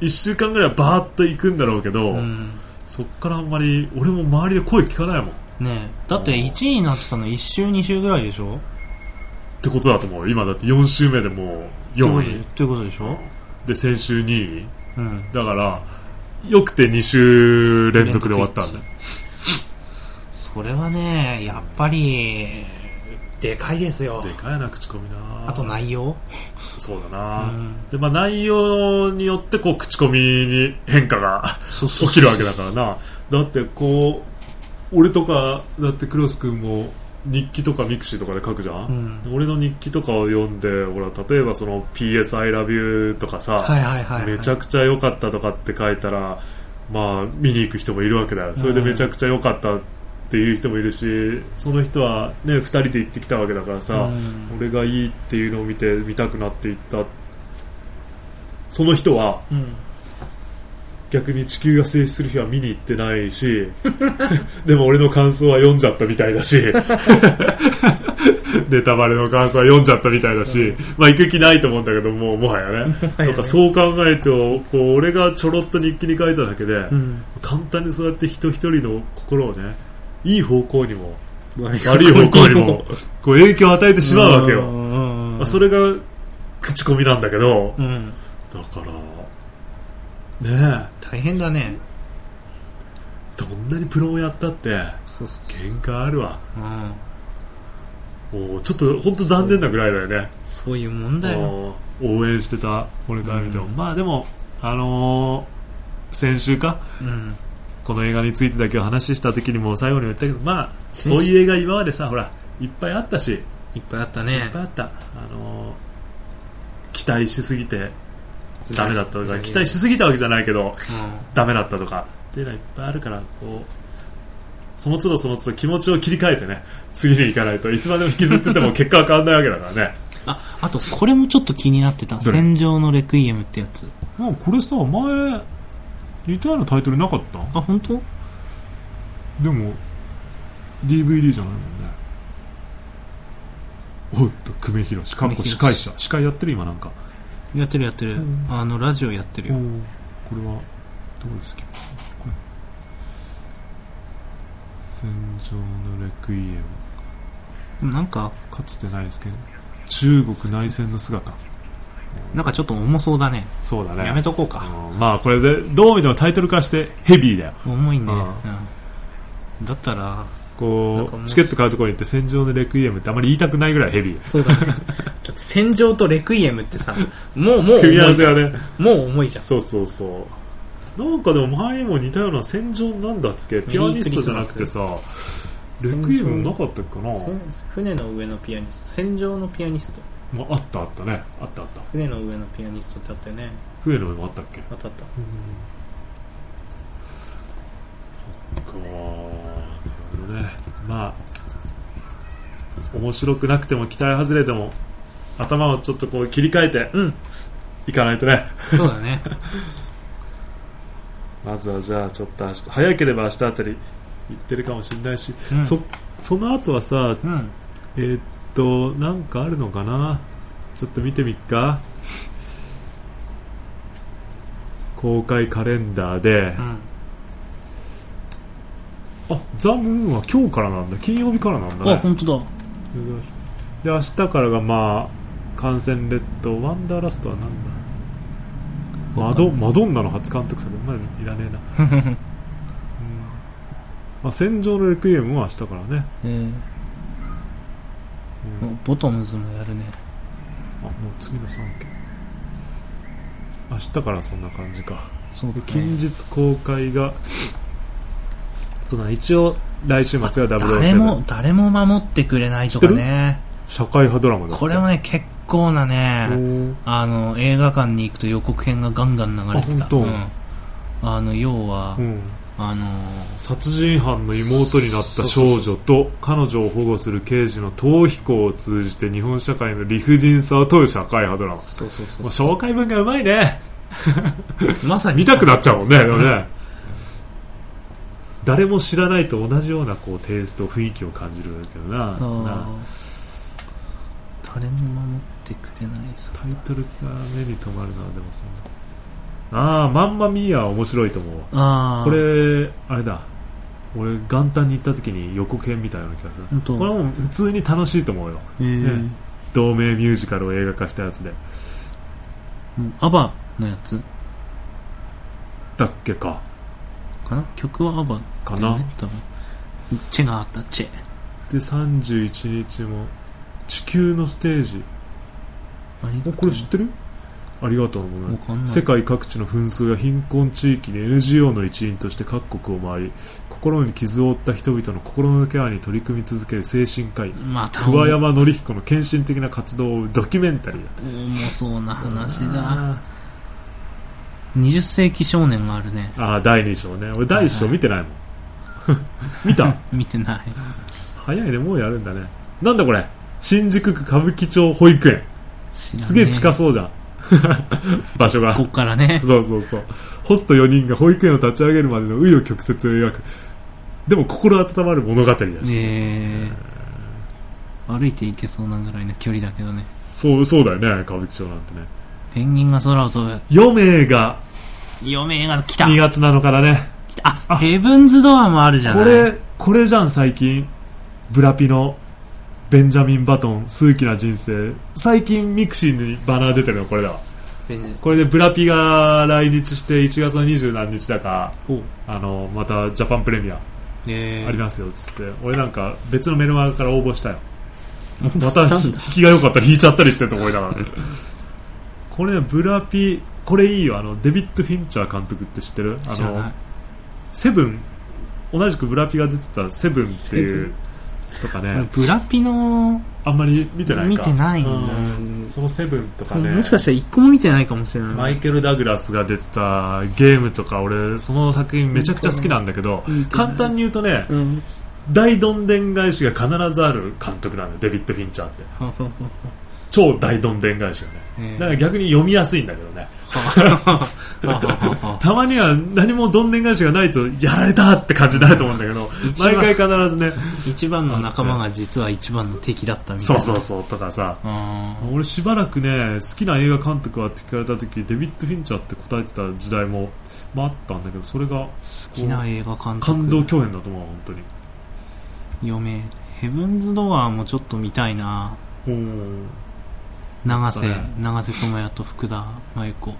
Speaker 1: 1週間ぐらいバーッと行くんだろうけど、
Speaker 2: うん。
Speaker 1: そっからあんまり俺も周りで声聞かないもんっ
Speaker 2: ねだって1位になってたの1週2週ぐらいでしょ
Speaker 1: てことだと思う今だって4週目でもう4
Speaker 2: ってことで
Speaker 1: 位
Speaker 2: ってことでしょ
Speaker 1: で先週2位
Speaker 2: うん。
Speaker 1: だからよくて2週連続で終わったんだよ
Speaker 2: それはね、やっぱり、でかいですよ
Speaker 1: で。かいな口コミな
Speaker 2: あと内容
Speaker 1: そうだ
Speaker 2: う
Speaker 1: な、
Speaker 2: ん。
Speaker 1: でまあ、内容によってこう口コミに変化が
Speaker 2: そうそうそう
Speaker 1: 起きるわけだからなだってこう俺とかだってクロス君も日記とかミクシーとかで書くじゃ、
Speaker 2: うんん。
Speaker 1: 俺の日記とかを読んでほら例えばその「PSILOVEYOU」とかさ、
Speaker 2: はいはいはいはい。
Speaker 1: めちゃくちゃ良かったとかって書いたらまあ見に行く人もいるわけだよそれでめちゃくちゃ良かったっていう人もいるしその人はね2人で行ってきたわけだからさ、
Speaker 2: うん
Speaker 1: 俺がいいっていうのを見て見たくなっていったその人は
Speaker 2: うん。
Speaker 1: 逆に地球が静止する日は見に行ってない
Speaker 2: *laughs*
Speaker 1: しでも俺の感想は読んじゃったみたいだしネタバレの感想は読んじゃったみたいだし、まあ行く気ないと思うんだけどもうもはやねとかそう考えるとこう俺がちょろっと日記に書いただけで、
Speaker 2: うん。
Speaker 1: 簡単にそうやって人一人の心をねいい方向にも
Speaker 2: 悪
Speaker 1: *laughs*
Speaker 2: い
Speaker 1: 悪い方向にもこう影響を与えてしまうわけ
Speaker 2: う
Speaker 1: よ、
Speaker 2: んうんう
Speaker 1: まあ
Speaker 2: ん。
Speaker 1: それが口コミなんだけど
Speaker 2: うん。
Speaker 1: だからねえ
Speaker 2: 大変だね。
Speaker 1: どんなにプロをやったって
Speaker 2: そうそう
Speaker 1: 限界あるわ
Speaker 2: そう。うん。
Speaker 1: もうちょっと本当残念なぐらいだよね
Speaker 2: そういうもんだよ。
Speaker 1: もう応援してた俺から見ても、
Speaker 2: う
Speaker 1: まあでもあのー先週か
Speaker 2: うん。
Speaker 1: この映画についてだけお話しした時にも最後にも言ったけどまあそういう映画今までさほらいっぱいあったしいっ
Speaker 2: いっぱいあったね
Speaker 1: ぱい。あったあのー期待しすぎてダメだったとか期待しすぎたわけじゃないけどダメだったとかっていうのはいっぱいあるからこうその都度その都度気持ちを切り替えてね次に行かないといつまでも引きずってても結果は変わらないわけだからね
Speaker 2: あ、あと、これもちょっと気になってた。
Speaker 1: どれ
Speaker 2: 戦場のレクイエムってやつ。
Speaker 1: *laughs* なんかこれさ前似たようなタイトルなかった
Speaker 2: あ、本当？
Speaker 1: でも DVD じゃないもんねおっと久米宏かっこ司会者司会やってる今なんか
Speaker 2: やってるやってる
Speaker 1: うん。
Speaker 2: あの、ラジオやってる
Speaker 1: お
Speaker 2: よ。
Speaker 1: ーこれはどこでスキップするのこれ戦場のレクイエム
Speaker 2: なんか、
Speaker 1: かつてないですけど中国内戦の姿
Speaker 2: なんかちょっと重そうだね。
Speaker 1: そうだね
Speaker 2: やめとこうか。
Speaker 1: うんまあこれでどう見てもタイトルからしてヘビーだよ
Speaker 2: 重いね。
Speaker 1: う
Speaker 2: うんん。だったら、なん
Speaker 1: こ
Speaker 2: かも
Speaker 1: う
Speaker 2: う
Speaker 1: チケット買うところに行って戦場のレクイエムってあまり言いたくないぐらいヘビー
Speaker 2: そうだ *laughs* ね。だって戦場とレクイエムってさ、もうもう重
Speaker 1: 組
Speaker 2: い
Speaker 1: み
Speaker 2: じ
Speaker 1: 合
Speaker 2: ゃ
Speaker 1: わ
Speaker 2: ん
Speaker 1: せ。がね
Speaker 2: もう重いじゃん。
Speaker 1: そうそうそうなんかでも前にも似たような戦場なんだっけピアニストじゃなくてさレクイエムなかったっけかな、
Speaker 2: 船の上のピアニスト。戦場のピアニスト。
Speaker 1: まあ、あったあったねあったあった
Speaker 2: 船の上のピアニストってあったよね。
Speaker 1: 船の上もあったっけ
Speaker 2: あったあった。
Speaker 1: そっかなるほどねまあ面白くなくても期待外れても頭をちょっとこう切り替えて
Speaker 2: うん。
Speaker 1: いかないとね
Speaker 2: そうだね。
Speaker 1: まずはじゃあちょっと明日早ければ明日あたり行ってるかもしれないし、
Speaker 2: うん
Speaker 1: そその後はさ
Speaker 2: うん。
Speaker 1: えーっとなんかあるのかなちょっと見てみっか公開カレンダーで
Speaker 2: う、ん。
Speaker 1: あザ・ムーンは今日からなんだ金曜日からなんだね
Speaker 2: あ、本当だ。
Speaker 1: で明日からがまあ感染列島ワンダーラストはなんだマドマドンナの初監督作まだいらねえな、
Speaker 2: *laughs*
Speaker 1: うんまあ、戦場のレクイエムは明日からね、
Speaker 2: えー
Speaker 1: うん
Speaker 2: ボトムズもやるね。
Speaker 1: あもう次の3件明日からそんな感じか
Speaker 2: そう
Speaker 1: で近日公開が、そうだね一応来週末が
Speaker 2: 誰
Speaker 1: 007
Speaker 2: も誰も守ってくれないとかね
Speaker 1: 社会派ドラマだって
Speaker 2: これもね結構な
Speaker 1: お
Speaker 2: ね
Speaker 1: ー
Speaker 2: あの映画館に行くと予告編がガンガン流れてた
Speaker 1: あ本当
Speaker 2: うんあの要は、
Speaker 1: うん
Speaker 2: あの
Speaker 1: 殺人犯の妹になった少女と彼女を保護する刑事の逃避行を通じて日本社会の理不尽さを問う社会派ドラマ
Speaker 2: そうそうそ
Speaker 1: もう紹介文がうまいね
Speaker 2: まさに
Speaker 1: 見たくなっちゃうもんねでもね誰も知らないと同じようなこうテイスト雰囲気を感じるんだけどなな
Speaker 2: あー誰も守ってくれないそ
Speaker 1: タイトルが目に留まるなでもそんなああまんまミーアは面白いと思うわ
Speaker 2: ああ
Speaker 1: これあれだ俺元旦に行った時に予告編みたいな気がする
Speaker 2: 本当
Speaker 1: これはもう普通に楽しいと思うよ
Speaker 2: えー
Speaker 1: ね同名ミュージカルを映画化したやつで
Speaker 2: もうアバのやつ
Speaker 1: だっけか
Speaker 2: かな曲はアバ
Speaker 1: か
Speaker 2: だよ
Speaker 1: な
Speaker 2: ね多分チェがあったチェ
Speaker 1: で31日も地球のステージ
Speaker 2: 何
Speaker 1: おこれ知ってるありがとうも
Speaker 2: わ
Speaker 1: ね
Speaker 2: かんない
Speaker 1: 世界各地の紛争や貧困地域に NGO の一員として各国を回り心に傷を負った人々の心のケアに取り組み続ける精神科医
Speaker 2: また
Speaker 1: 桑山紀彦の献身的な活動を追うドキュメンタリーだ
Speaker 2: 重そうな話だ20世紀少年があるね
Speaker 1: ああ第2章ね俺第1章見てないもん *laughs* 見た
Speaker 2: *laughs* 見てない
Speaker 1: 早いねもうやるんだねなんだこれ新宿区歌舞伎町保育園
Speaker 2: 知らね
Speaker 1: すげえ近そうじゃん *laughs* 場所が
Speaker 2: こっからね
Speaker 1: そうそうそうホスト4人が保育園を立ち上げるまでの紆余曲折を描くでも心温まる物語だし、
Speaker 2: えー、歩いていけそうなぐらいの距離だけどね
Speaker 1: そうそうだよね歌舞伎町なんてね
Speaker 2: ペンギンが空を飛ぶ
Speaker 1: 4名が
Speaker 2: 嫁が来た
Speaker 1: 2月7日だね
Speaker 2: 来たあヘブンズドアもあるじゃ
Speaker 1: こ
Speaker 2: ない
Speaker 1: れこれじゃん最近ブラピのベンジャミン・バトン数奇な人生最近ミクシーにバナー出てるのこれだわ
Speaker 2: ペンギン
Speaker 1: これでブラピが来日して1月の二十何日だか
Speaker 2: お
Speaker 1: あのまたジャパンプレミア
Speaker 2: えー、
Speaker 1: ありますよっつって、俺なんか別のメルマガから応募したよ
Speaker 2: す
Speaker 1: また引きが良かったら引いちゃったりしてると思いながら *laughs* これねブラピこれいいよあのデビッド・フィンチャー監督って知ってるあ
Speaker 2: 知らな
Speaker 1: の
Speaker 2: い
Speaker 1: セブン同じくブラピが出てた「セブンっていうとかね
Speaker 2: ブラピの
Speaker 1: あんまり見てないか
Speaker 2: 見てないんだ
Speaker 1: うんその「セブンとかね
Speaker 2: もしかしたら一個も見てないかもしれな
Speaker 1: マ
Speaker 2: い
Speaker 1: イケル・ダグラスが出てたゲームとか俺その作品めちゃくちゃ好きなんだけど
Speaker 2: 見てない
Speaker 1: 簡単に言うとね
Speaker 2: うん
Speaker 1: 大どんでん返しが必ずある監督なのよデビッド・フィンチャーって
Speaker 2: ほうほうほう
Speaker 1: 超大どんでん返しがね
Speaker 2: え
Speaker 1: だ
Speaker 2: ー
Speaker 1: から逆に読みやすいんだけどね *laughs*
Speaker 2: ほうほうほうほう
Speaker 1: たまには何もどんでん返しがないとやられたって感じになると思うんだけど
Speaker 2: 一番
Speaker 1: 毎回必ずね
Speaker 2: 一番の仲間が実は一番の敵だったみたい
Speaker 1: そ
Speaker 2: な
Speaker 1: うそうそうとかさ
Speaker 2: あ
Speaker 1: 俺しばらくね好きな映画監督はって聞かれた時デビッド・フィンチャーって答えてた時代も、まあ、あったんだけどそれが
Speaker 2: ー好きな映画監督
Speaker 1: 感動共演だと思う本当に
Speaker 2: 嫁ヘブンズ・ドアーもちょっと見たいな
Speaker 1: おー
Speaker 2: 永瀬、
Speaker 1: そうね
Speaker 2: 永瀬智也と福田真由子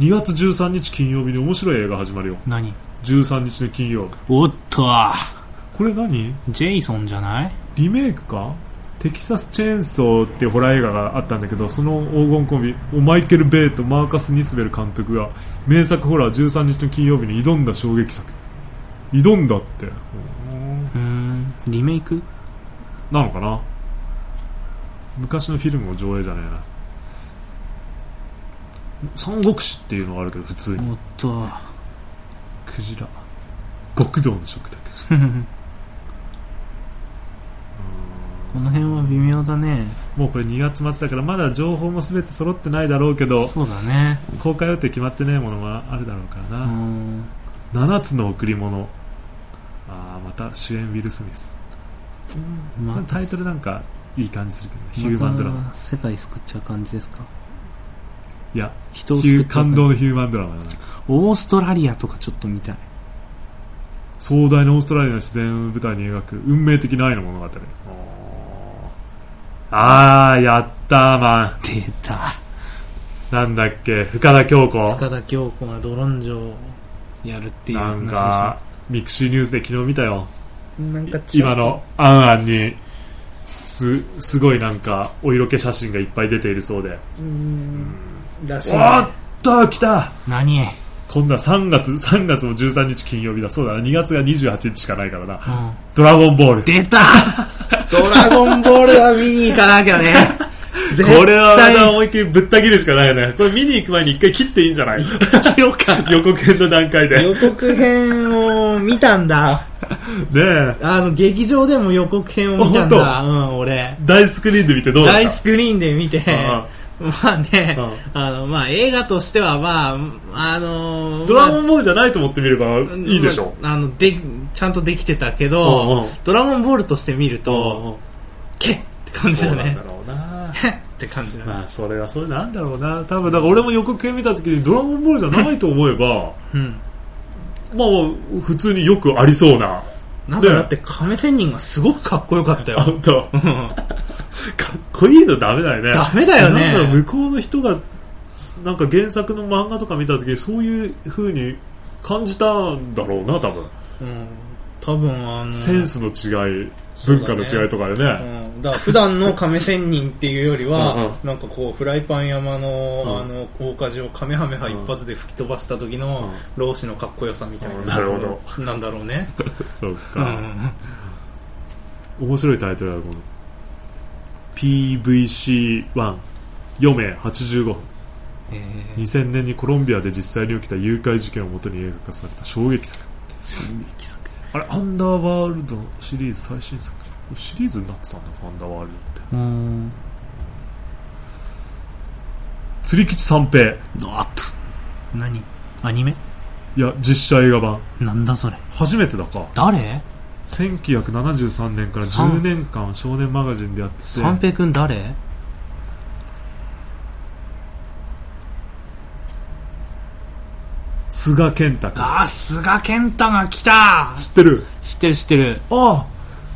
Speaker 1: 2月13日金曜日に面白い映画始まるよ
Speaker 2: 何
Speaker 1: 13日の金曜日
Speaker 2: おっと
Speaker 1: これ何
Speaker 2: ジェイソンじゃない
Speaker 1: リメイクかテキサス・チェーンソーっていうホラー映画があったんだけどその黄金コンビマイケル・ベイとマーカス・ニスベル監督が名作ホラー13日の金曜日に挑んだ衝撃作挑んだって
Speaker 2: うーんリメイク
Speaker 1: なのかな昔のフィルムを上映じゃねえな三国志っていうのがあるけど普通に
Speaker 2: おっ
Speaker 1: *laughs*
Speaker 2: と
Speaker 1: クジラ極道の食卓
Speaker 2: この辺は微妙だね
Speaker 1: もうこれ2月末だからまだ情報も全て揃ってないだろうけど
Speaker 2: そうだね
Speaker 1: 公開予定決まってないものもあるだろうから
Speaker 2: う
Speaker 1: な、
Speaker 2: ーん
Speaker 1: 7つの贈り物あーまた主演ウィル・スミス
Speaker 2: ま
Speaker 1: タイトル
Speaker 2: だ
Speaker 1: なんかいい感じするけどねヒューマンドラマ
Speaker 2: 世界救っちゃう感じですか
Speaker 1: いや
Speaker 2: 人を
Speaker 1: ヒ
Speaker 2: 救
Speaker 1: ュ
Speaker 2: っ
Speaker 1: ー
Speaker 2: ちゃう
Speaker 1: 感動のヒューマンドラマだな
Speaker 2: オーストラリアとかちょっと見たい
Speaker 1: 壮大なオーストラリアの自然を舞台に描く運命的な愛の物語あーやったーマン
Speaker 2: 出た
Speaker 1: なんだっけ深田恭子
Speaker 2: 深田恭子がドロンジョをやるっていう
Speaker 1: な
Speaker 2: 話
Speaker 1: んかミクシーニュースで昨日見たよ
Speaker 2: でしょなんか違う
Speaker 1: 今のアンアンにすすごいなんかお色気写真がいっぱい出ているそうで
Speaker 2: うんらしい
Speaker 1: おーっと来た
Speaker 2: 何うん
Speaker 1: 今度は3月3月 *laughs* も13日金曜日だそうだな2月が28日しかないからな「ドラゴンボール」
Speaker 2: 出たドラゴンボールは見に行かなきゃね絶対
Speaker 1: これはまだ思いっきりぶった切るしかないよねこれ見に行く前に一回切っていいんじゃ *laughs* ない
Speaker 2: よか
Speaker 1: 予告編の段階でね
Speaker 2: *laughs* 予告編を見たんだ
Speaker 1: え
Speaker 2: あの劇場でも予告編を見たんだうん俺
Speaker 1: 大スクリーンで見てどうだった
Speaker 2: 大スクリーンで見て
Speaker 1: あ
Speaker 2: まあね
Speaker 1: う
Speaker 2: あのまあ映画としてはまああの
Speaker 1: ドラ
Speaker 2: ま
Speaker 1: ゴンボールじゃないと思って見れば
Speaker 2: あ
Speaker 1: いいでしょ
Speaker 2: まああのでちゃんとできてたけ
Speaker 1: うんう
Speaker 2: ど
Speaker 1: ん
Speaker 2: ドラゴンボールとして見る
Speaker 1: う
Speaker 2: とけっって感じ
Speaker 1: そ
Speaker 2: だ
Speaker 1: うなん
Speaker 2: ね
Speaker 1: だろうな
Speaker 2: へっって感じだね
Speaker 1: まあそれはそれなんだろうな多分だから俺も予告編見た時に「ドラゴンボール」じゃないと思えば
Speaker 2: うん
Speaker 1: まあ普通によくありそうな
Speaker 2: なんかだって亀仙人がすごくかっこよかったよ
Speaker 1: あんた *laughs* か
Speaker 2: うん
Speaker 1: っこいいのダメだよね
Speaker 2: ダメだよね
Speaker 1: なんか向こうの人がなんか原作の漫画とか見た時にそういう風に感じたんだろうな多分
Speaker 2: うん多分あの
Speaker 1: センスの違い
Speaker 2: そう
Speaker 1: 文
Speaker 2: だね
Speaker 1: 化の違いとかでね
Speaker 2: うんだから普段の亀仙人っていうより
Speaker 1: うん
Speaker 2: は
Speaker 1: うん
Speaker 2: なんかこうフライパン山の,、
Speaker 1: うん
Speaker 2: あの大火事をカメハメハ一発で吹き飛ばした時
Speaker 1: う
Speaker 2: の
Speaker 1: ん
Speaker 2: 老子のかっこよさみたいな、
Speaker 1: うんなるほ
Speaker 2: どなんだろうね、
Speaker 1: そう
Speaker 2: う
Speaker 1: か、
Speaker 2: ん、
Speaker 1: 面白いタイトルだこの PVC14 名85分
Speaker 2: えー
Speaker 1: 2000年にコロンビアで実際に起きた誘拐事件をもとに映画化された衝撃作あれアンダーワールドシリーズ最新作これシリーズになってたんだアンダーワールドって
Speaker 2: うん
Speaker 1: 釣り吉三平
Speaker 2: あっと何アニメ
Speaker 1: いや実写映画版
Speaker 2: なんだそれ
Speaker 1: 初めてだか
Speaker 2: 誰
Speaker 1: 1973年から10年間少年マガジンでやってて
Speaker 2: 三平君誰
Speaker 1: 菅健太君
Speaker 2: ああ菅健太が来た
Speaker 1: 知ってる
Speaker 2: 知ってる知ってる
Speaker 1: ああ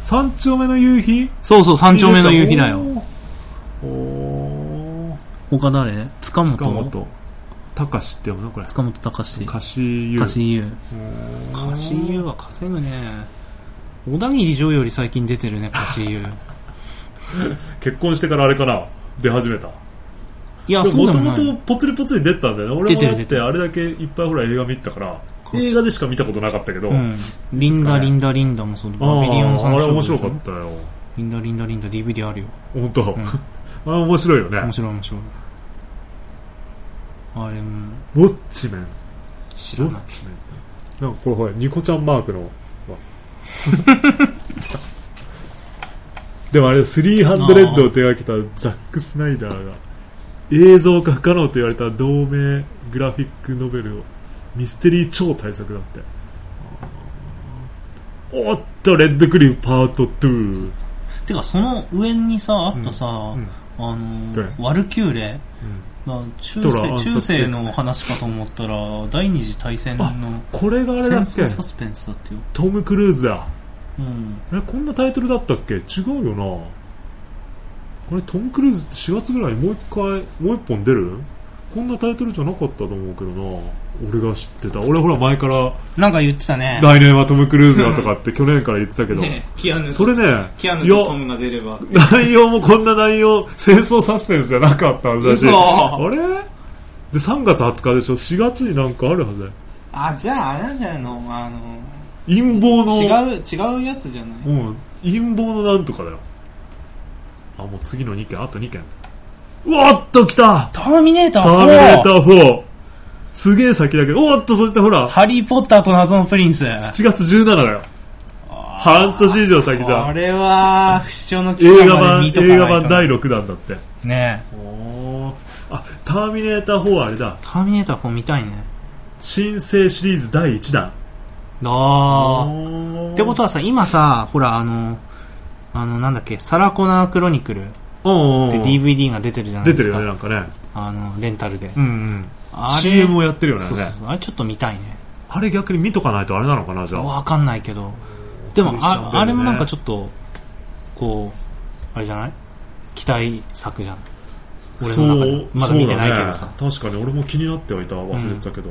Speaker 1: 三丁目の夕日
Speaker 2: そうそう三丁目の夕日だ
Speaker 1: お
Speaker 2: よ
Speaker 1: ーおー
Speaker 2: 他誰塚本
Speaker 1: 塚本隆って読むのこれ
Speaker 2: 塚本隆
Speaker 1: 歌詞優
Speaker 2: カシユカシユは稼ぐね小田切城より最近出てるねカシ *laughs* ユ
Speaker 1: 結婚してからあれかな出始めた
Speaker 2: いや
Speaker 1: で
Speaker 2: そ
Speaker 1: も
Speaker 2: うで
Speaker 1: と
Speaker 2: も
Speaker 1: も
Speaker 2: ない
Speaker 1: とぽつりぽつり出てたんだよね俺
Speaker 2: 出
Speaker 1: もだ
Speaker 2: てる
Speaker 1: っ
Speaker 2: 出て
Speaker 1: て
Speaker 2: る
Speaker 1: あれだけいっぱいほら映画見てたから映画でしか見たことなかったけど、
Speaker 2: うん、リンダ、リンダ、リンダもそうだ
Speaker 1: あ
Speaker 2: バビリオンさ
Speaker 1: あ
Speaker 2: ん
Speaker 1: あ
Speaker 2: も
Speaker 1: れ
Speaker 2: そうだ
Speaker 1: 面白かったよ
Speaker 2: リンダ、リンダ、リンダ DVD あるよ
Speaker 1: 本当、
Speaker 2: ん
Speaker 1: あれ面白いよね
Speaker 2: 面白い面白いあれも
Speaker 1: ウォッチメン
Speaker 2: 知
Speaker 1: ウ
Speaker 2: ら
Speaker 1: ォ
Speaker 2: ない
Speaker 1: ッチメンなんかこれほらニコちゃんマークのわでもあれ300を手がけたザック・スナイダーが映像化不可能と言われた同名グラフィックノベルをミステリー超大作だっておっとレッドクリフパート2
Speaker 2: てかその上にさあったさ、
Speaker 1: うん
Speaker 2: あ
Speaker 1: ど
Speaker 2: の
Speaker 1: れ
Speaker 2: ワルキューレな中
Speaker 1: ヒトラー
Speaker 2: 世
Speaker 1: 暗殺
Speaker 2: 中世の話かと思ったら第二次大戦の
Speaker 1: これがあれ
Speaker 2: 戦
Speaker 1: だっけ
Speaker 2: 争サスペンスだってよ、
Speaker 1: トム・クルーズだ
Speaker 2: うん、
Speaker 1: えこんなタイトルだったっけ違うよなこれトム・クルーズって4月ぐらいにもう一回もう一本出るこんなタイトルじゃなかったと思うけどな俺が知ってた俺ほら前から
Speaker 2: なんか言ってたね。
Speaker 1: 来年はトム・クルーズだとかって去年から言ってたけど、
Speaker 2: ねキアヌと
Speaker 1: それね
Speaker 2: キアヌ
Speaker 1: いや
Speaker 2: とトムが出れば。
Speaker 1: 内容もこんな内容戦争サスペンスじゃなかったはずだし
Speaker 2: 嘘
Speaker 1: あれで3月20日でしょ4月になんかあるはずだよ
Speaker 2: あ、じゃああれなんじゃないのあの、
Speaker 1: 陰謀の
Speaker 2: 違う、違うやつじゃない
Speaker 1: もう陰謀のなんとかだよあもう次の2件あと2件うわっと来た
Speaker 2: ターミネーター
Speaker 1: ターミネータ
Speaker 2: 4
Speaker 1: ー4すげえ先だけどおっとそしてほら
Speaker 2: ハリーポッターと謎のプリンス。
Speaker 1: 7月17だよ半年以上先じゃ
Speaker 2: あ
Speaker 1: ん
Speaker 2: れは、不死鳥の騎士
Speaker 1: 映画
Speaker 2: 団まで
Speaker 1: 版
Speaker 2: 見とか
Speaker 1: 映
Speaker 2: ないと
Speaker 1: 画版第6弾だって
Speaker 2: ねえ
Speaker 1: おーあターミネーター4はあれだ
Speaker 2: ターミネーター4見たいね。
Speaker 1: 新生シリーズ第1弾
Speaker 2: あ
Speaker 1: おー
Speaker 2: ってことはさ、今さ、ほら、あの、あの、なんだっけ、サラコナークロニクルっ
Speaker 1: うんうんう
Speaker 2: て
Speaker 1: ん
Speaker 2: DVD が出てるじゃない
Speaker 1: 出
Speaker 2: で
Speaker 1: て
Speaker 2: す
Speaker 1: る
Speaker 2: か。
Speaker 1: よねなんかね
Speaker 2: あの、レンタルで。
Speaker 1: うんうん
Speaker 2: あれ、
Speaker 1: CM をやってるよね
Speaker 2: そうそうそうあれちょっと見たいね。
Speaker 1: あれ逆に見とかないとあれなのかなじゃあ
Speaker 2: わかんないけどでも
Speaker 1: びっくりしちゃうんだよ
Speaker 2: あ
Speaker 1: ね
Speaker 2: あれもなんかちょっとこうあれじゃない期待作じゃん俺の中でまだ見てないけどさ、
Speaker 1: そうだね確かに俺も気になってはいた忘れてたけど、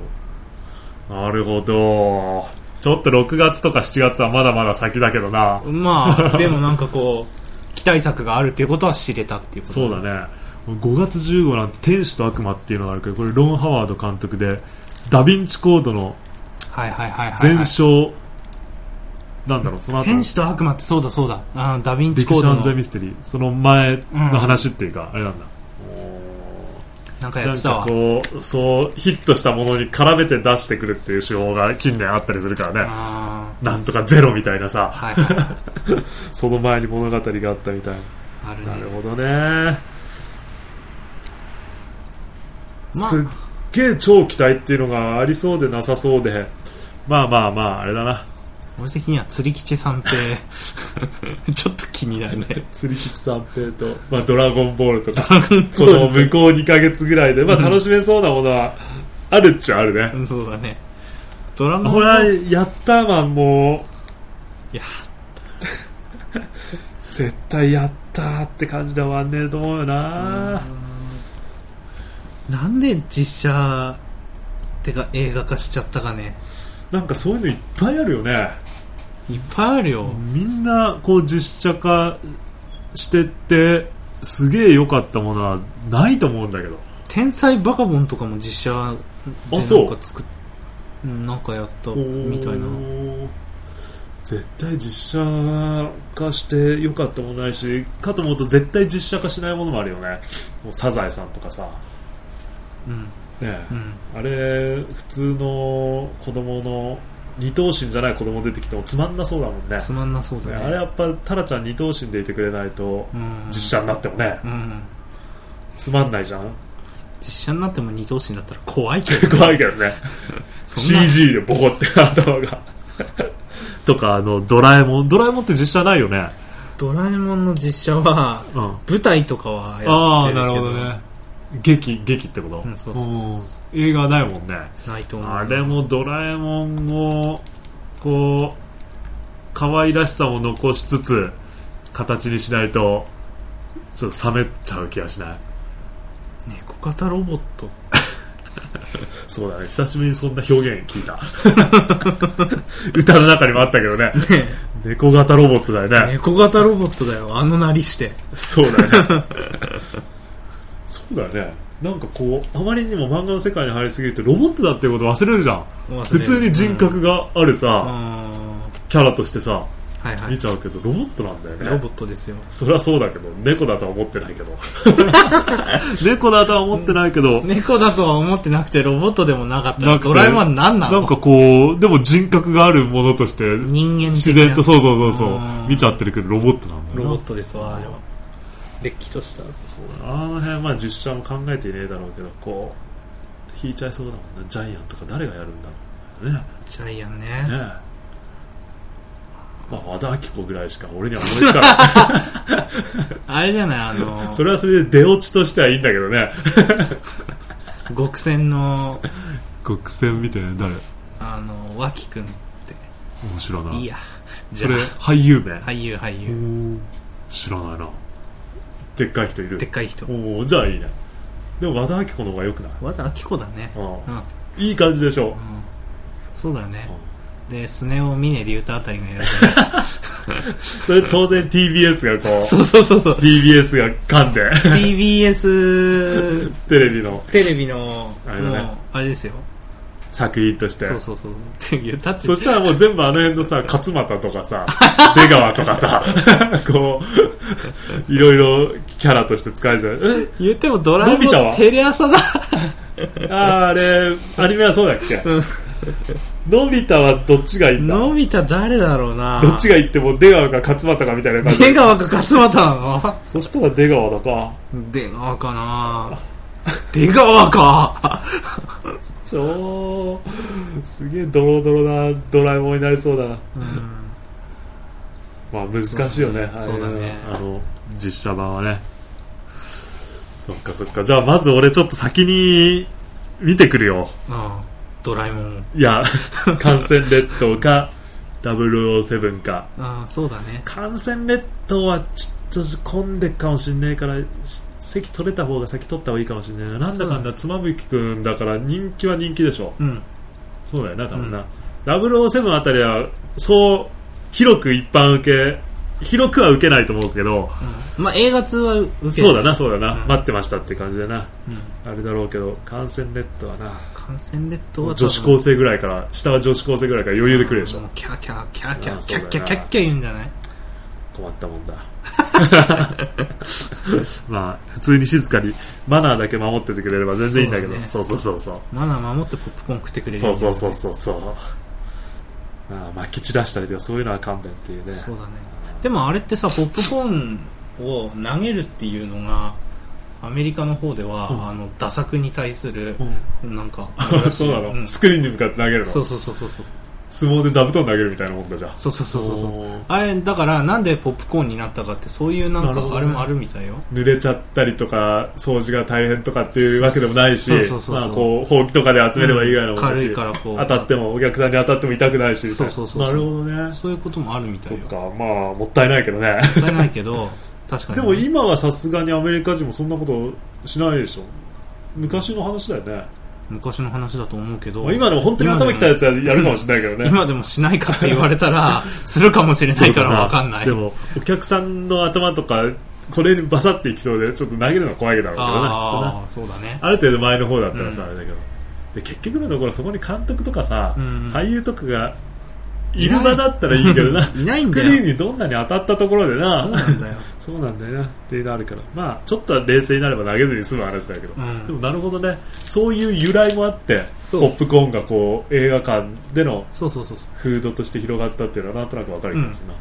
Speaker 1: なるほどちょっと6月とか7月はまだまだ先だけどな
Speaker 2: *laughs* まあでもなんかこう期待作があるっていうことは知れたっていうこと
Speaker 1: そうだね5月15なんて「天使と悪魔」っていうのがあるけどこれロン・ハワード監督で「ダ・ヴィンチ・コード」の
Speaker 2: はいはいはいはい、
Speaker 1: 全
Speaker 2: はい、
Speaker 1: 勝なんだろうその後
Speaker 2: 天使と悪魔ってそうだそうだあのダヴィンチ
Speaker 1: 歴
Speaker 2: コー
Speaker 1: 史
Speaker 2: ド
Speaker 1: 犯罪
Speaker 2: の
Speaker 1: ミステリーその前の話っていうか、あれなんだ
Speaker 2: なんかや
Speaker 1: な
Speaker 2: っ
Speaker 1: ん
Speaker 2: てた
Speaker 1: か
Speaker 2: わ
Speaker 1: こうそうヒットしたものに絡めて出してくるっていう手法が近年あったりするからね
Speaker 2: あ
Speaker 1: なんとかゼロみたいなさ
Speaker 2: ーはいはい
Speaker 1: その前に物語があったみたい
Speaker 2: ある *laughs*
Speaker 1: な、なる
Speaker 2: ね
Speaker 1: ほどね、
Speaker 2: まあ
Speaker 1: すっげえ超期待っていうのがありそうでなさそうでまあまあまああれだな
Speaker 2: 俺的には釣り吉さんって *laughs* ちょっと気になるね
Speaker 1: 釣り吉三平と、まあ、ドラゴンボールとかこの向こう2ヶ月ぐらいで、まあ、楽しめそうなものはあるっちゃあるね
Speaker 2: う、んそうだねドラゴン
Speaker 1: ほらやったーマンもう
Speaker 2: やっ
Speaker 1: *laughs* 絶対やったーって感じで終わんねえと思うよな
Speaker 2: なんで実写てか映画化しちゃったかね
Speaker 1: なんかそういうのいっぱいあるよね
Speaker 2: いっぱいあるよ、
Speaker 1: みんなこう実写化してってすげえ良かったものはないと思うんだけど
Speaker 2: 天才バカボンとかも実写で
Speaker 1: あそう
Speaker 2: なんか作っなんかやったみたいな
Speaker 1: 絶対実写化して良かったものないしかと思うと絶対実写化しないものもあるよねもうサザエさんとかさ、ね
Speaker 2: うん
Speaker 1: え
Speaker 2: うん
Speaker 1: あれ普通の子供の二頭身じゃない子供出てきてもつまんなそうだもんね
Speaker 2: つまんなそうだ
Speaker 1: ね
Speaker 2: ね
Speaker 1: あれやっぱタラちゃん二頭身でいてくれないと
Speaker 2: うん
Speaker 1: 実写になってもね
Speaker 2: うん
Speaker 1: つまんないじゃん
Speaker 2: 実写になっても二等身だったら怖いけ
Speaker 1: *laughs*
Speaker 2: ど
Speaker 1: 怖いけどね
Speaker 2: そんな
Speaker 1: CG でボコって頭が *laughs* とかあのドラえもんドラえもんって実写ないよね
Speaker 2: ドラえもんの実写は
Speaker 1: うん
Speaker 2: 舞台とかはやってるけど
Speaker 1: ああなるほどね劇劇ってこと、
Speaker 2: うんそうそうそう
Speaker 1: うん映画はないもんね
Speaker 2: ないと思う
Speaker 1: あれもドラえもんをこう可愛らしさを残しつつ形にしないとちょっと冷めちゃう気がしない
Speaker 2: 猫型ロボッ
Speaker 1: *laughs*
Speaker 2: ト
Speaker 1: そうだね久しぶりにそんな表現聞いた *laughs* 歌の中にもあったけどね猫型ロボットだよね
Speaker 2: 猫型ロボットだよあのなりして
Speaker 1: そうだねそうだねなんかこうあまりにも漫画の世界に入りすぎるとロボットだっていうこと忘れるじゃん普通に人格がある
Speaker 2: うん
Speaker 1: さ、
Speaker 2: は
Speaker 1: キャラとしてさ
Speaker 2: いは
Speaker 1: 見
Speaker 2: い
Speaker 1: ちゃうけどロボットなんだよね
Speaker 2: ロボットですよ
Speaker 1: それはそうだけど猫だとは思ってないけ
Speaker 2: *laughs*
Speaker 1: ど猫だとは思ってないけど、
Speaker 2: 猫だとは思ってなくてロボットでもなかった
Speaker 1: なくて
Speaker 2: ドラえもんなんな
Speaker 1: な
Speaker 2: の
Speaker 1: んかこうでも人格があるものとして
Speaker 2: 人間的な
Speaker 1: 自然とそうそうそうそううん見ちゃってるけどロボットなんだ
Speaker 2: ロ
Speaker 1: よ
Speaker 2: ボ
Speaker 1: な
Speaker 2: ットですわあれはれっきとした
Speaker 1: あの辺まあ実写も考えていねえだろうけどこう引いちゃいそうだもんねジャイアンとか誰がやるんだろうね
Speaker 2: ジャイアンね
Speaker 1: ねまあ和田アキ子ぐらいしか俺には思いつかない
Speaker 2: あれじゃない *laughs* あの
Speaker 1: *laughs* それはそれで出落ちとしてはいいんだけどね
Speaker 2: 極戦の
Speaker 1: 国戦みたいな誰
Speaker 2: あの脇くん
Speaker 1: 面白いない
Speaker 2: いやじ
Speaker 1: そ
Speaker 2: ゃ
Speaker 1: れ俳優名
Speaker 2: あ俳優俳優
Speaker 1: 知らないなでっかい人いる
Speaker 2: でっかい人
Speaker 1: おおじゃあいいねでも和田アキ子の方がよくない、
Speaker 2: 和田アキ子だねうん、うん、
Speaker 1: うん、いい感じでしょ
Speaker 2: そうだねでスネ夫峰竜太あたりが
Speaker 1: *laughs*
Speaker 2: やるか
Speaker 1: それ当然 TBS がこ
Speaker 2: ら
Speaker 1: う
Speaker 2: そうそうそう *laughs* そう
Speaker 1: TBS が噛んで *laughs*
Speaker 2: TBS
Speaker 1: テレビの
Speaker 2: テレビの、
Speaker 1: あれだね
Speaker 2: もう、あれですよ。
Speaker 1: 作品として
Speaker 2: そうそうそう。 *laughs* って言ったって
Speaker 1: そ、したらもう全部あの辺のさ勝俣とかさ *laughs* 出川とかさ *laughs* こういろいろキャラとして使えちゃうえ
Speaker 2: 言ってもドラえ
Speaker 1: のび太
Speaker 2: もん
Speaker 1: は
Speaker 2: テレ朝だ。
Speaker 1: あーあれアニメはそうだっけのび太はどっちがいいんだ
Speaker 2: のび太誰だろうな。
Speaker 1: どっちが行っても出川か勝俣かみたいな感じ
Speaker 2: 出川か勝俣な
Speaker 1: そしたら出川だか
Speaker 2: の出川かな出
Speaker 1: *laughs*
Speaker 2: 川か
Speaker 1: 超すげえドロドロなドラえもんになりそうだな
Speaker 2: うん。
Speaker 1: まあ難しいよね
Speaker 2: そうだね
Speaker 1: あれはあの実写版はねそっかそっかじゃあまず俺ちょっと先に見てくるよ
Speaker 2: うんドラえもん。
Speaker 1: いや感染列島か007か
Speaker 2: ああ、そうだね。
Speaker 1: 感染列島はちょっと混んでっかもしんねえからし席取れた方が先取った方がいいかもしんねえななんだかんだ妻夫木君だから人気は人気でしょ
Speaker 2: うん。
Speaker 1: そうだよな多分な、007あたりはそう広く一般受け広くは受けないと思うけど
Speaker 2: うんまあ映画通は受ける
Speaker 1: そうだなそうだな、
Speaker 2: うん
Speaker 1: 待ってましたって感じでな
Speaker 2: うん
Speaker 1: あれだろうけど感染ネットはな
Speaker 2: 感染列島は多分
Speaker 1: 女子高生ぐらいから下は女子高生ぐらいから余裕で来るでしょ
Speaker 2: もうキャーキャーキャーキャ
Speaker 1: あ
Speaker 2: ー
Speaker 1: あ
Speaker 2: キャッキ
Speaker 1: そうだ
Speaker 2: ャッキャ
Speaker 1: よな
Speaker 2: ッキャ言うんじゃない
Speaker 1: 困ったもんだ *laughs* まあ普通に静かにマナーだけ守っててくれれば全然いいんだけどそ,、
Speaker 2: そう
Speaker 1: そうそうそう
Speaker 2: マナー守ってポップコーン食ってくれる
Speaker 1: そうそうそうそうそうまあ撒き散らしたりとかそういうのは勘弁っていうね
Speaker 2: そうだねでもあれってさポップコーンを投げるっていうのがアメリカの方では、
Speaker 1: うん
Speaker 2: あの打作に対するなんか
Speaker 1: *laughs* そうなの、
Speaker 2: ん
Speaker 1: スクリーンに向かって投げるの
Speaker 2: そうそうそうそうそう
Speaker 1: 相撲で座布団投げるみたいなもんだじゃあ
Speaker 2: そうそうそうそう
Speaker 1: おー
Speaker 2: あれだからなんでポップコーンになったかってそういうなん
Speaker 1: なるほど
Speaker 2: か
Speaker 1: ね
Speaker 2: あれもあるみたいよ、
Speaker 1: 濡れちゃったりとか掃除が大変とかっていうわけでもないし
Speaker 2: そうそうそうそう
Speaker 1: まあこうほうきとかで集めればいいぐらいのもんだし、
Speaker 2: 軽いからこう
Speaker 1: 当たってもお客さんに当たっても痛くないし
Speaker 2: そうそうそう
Speaker 1: なるほどね
Speaker 2: そういうこともあるみた
Speaker 1: そ
Speaker 2: い
Speaker 1: っ
Speaker 2: よ
Speaker 1: かまあもったいないけどね
Speaker 2: もったいないけど確か
Speaker 1: で
Speaker 2: にね
Speaker 1: も今はさすがにアメリカ人もそんなことしないでしょ昔の話だよね、
Speaker 2: 昔の話だと思うけど、
Speaker 1: まあ、今でも本当に頭きたやつはやるかもしれないけどね
Speaker 2: 今でもしないかって言われたらするかもしれないからわかんない
Speaker 1: でもお客さんの頭とかこれにバサっていきそうでちょっと投げるのは怖いだろうけどねきっとね
Speaker 2: ああそうだね
Speaker 1: ある程度前の方だったらさ、
Speaker 2: うん
Speaker 1: あれだけどで結局のところそこに監督とかさ、
Speaker 2: うん
Speaker 1: 俳優とかがいる場だったらいいけどな
Speaker 2: *laughs* いない
Speaker 1: ス
Speaker 2: ん
Speaker 1: ク
Speaker 2: だよ
Speaker 1: リーンにどんなに当たったところで
Speaker 2: そう
Speaker 1: な
Speaker 2: なんだよ、
Speaker 1: そうなんだよなっていうのあるから、まあ、ちょっとは冷静になれば投げずに済む話だけど、
Speaker 2: うん
Speaker 1: でもなるほどねそういう由来もあって
Speaker 2: そう
Speaker 1: ポップコーンがこう映画館での
Speaker 2: そうそうそうそう
Speaker 1: フードとして広がったっていうのはなんとなくわかる気がするな、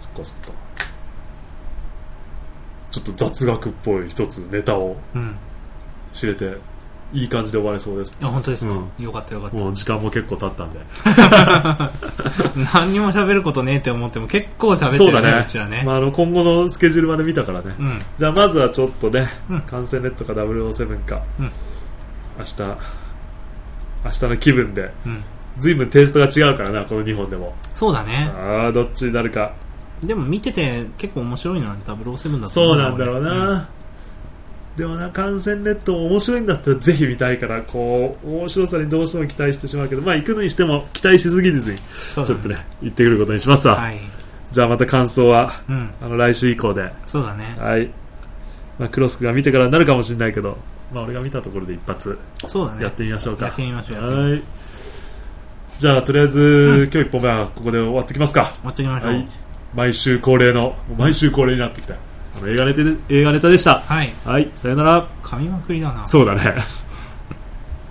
Speaker 1: そっかそっかちょっと雑学っぽい一つネタを
Speaker 2: うん
Speaker 1: 知れていい感じで終われそうです
Speaker 2: いや本当ですか、
Speaker 1: う
Speaker 2: よかったよかった
Speaker 1: もう時間も結構経ったんで
Speaker 2: 何にも喋ることねえって思っても結構喋って
Speaker 1: そう
Speaker 2: る
Speaker 1: だ
Speaker 2: ね
Speaker 1: ね
Speaker 2: うちらね、
Speaker 1: まあ、あの今後のスケジュールまで見たからね
Speaker 2: うん
Speaker 1: じゃあまずはちょっとね、
Speaker 2: うん
Speaker 1: 感染ネットか007か、
Speaker 2: うん
Speaker 1: 明日明日の気分で
Speaker 2: うん
Speaker 1: 随分テイストが違うからなこの2本でも
Speaker 2: そうだね
Speaker 1: ああどっちになるか
Speaker 2: でも見てて結構面白いのは007だと思
Speaker 1: そうなんだろう
Speaker 2: 俺ん
Speaker 1: な、でもな感染ネットも面白いんだったらぜひ見たいからこう面白さにどうしても期待してしまうけどまあ行くにしても期待しすぎずに
Speaker 2: そう
Speaker 1: ち
Speaker 2: だ
Speaker 1: ょっ
Speaker 2: ね
Speaker 1: とね行ってくることにしますわ、
Speaker 2: はい
Speaker 1: じゃあまた感想は
Speaker 2: うん
Speaker 1: あの来週以降で、
Speaker 2: そうだね
Speaker 1: はいまあ、クロスクが見てからになるかもしれないけど、まあ、俺が見たところで一発
Speaker 2: そうだね
Speaker 1: やってみましょうか、
Speaker 2: やってみましょうやってみましょう
Speaker 1: はいじゃあとりあえず、今日一本目はここで終わってきますか、
Speaker 2: 持ってきましょう
Speaker 1: はい、毎週恒例のもう毎週恒例になってきたあの映画ネタで映画ネタでした
Speaker 2: はい
Speaker 1: はいさよなら
Speaker 2: 噛みまくりだな
Speaker 1: そうだね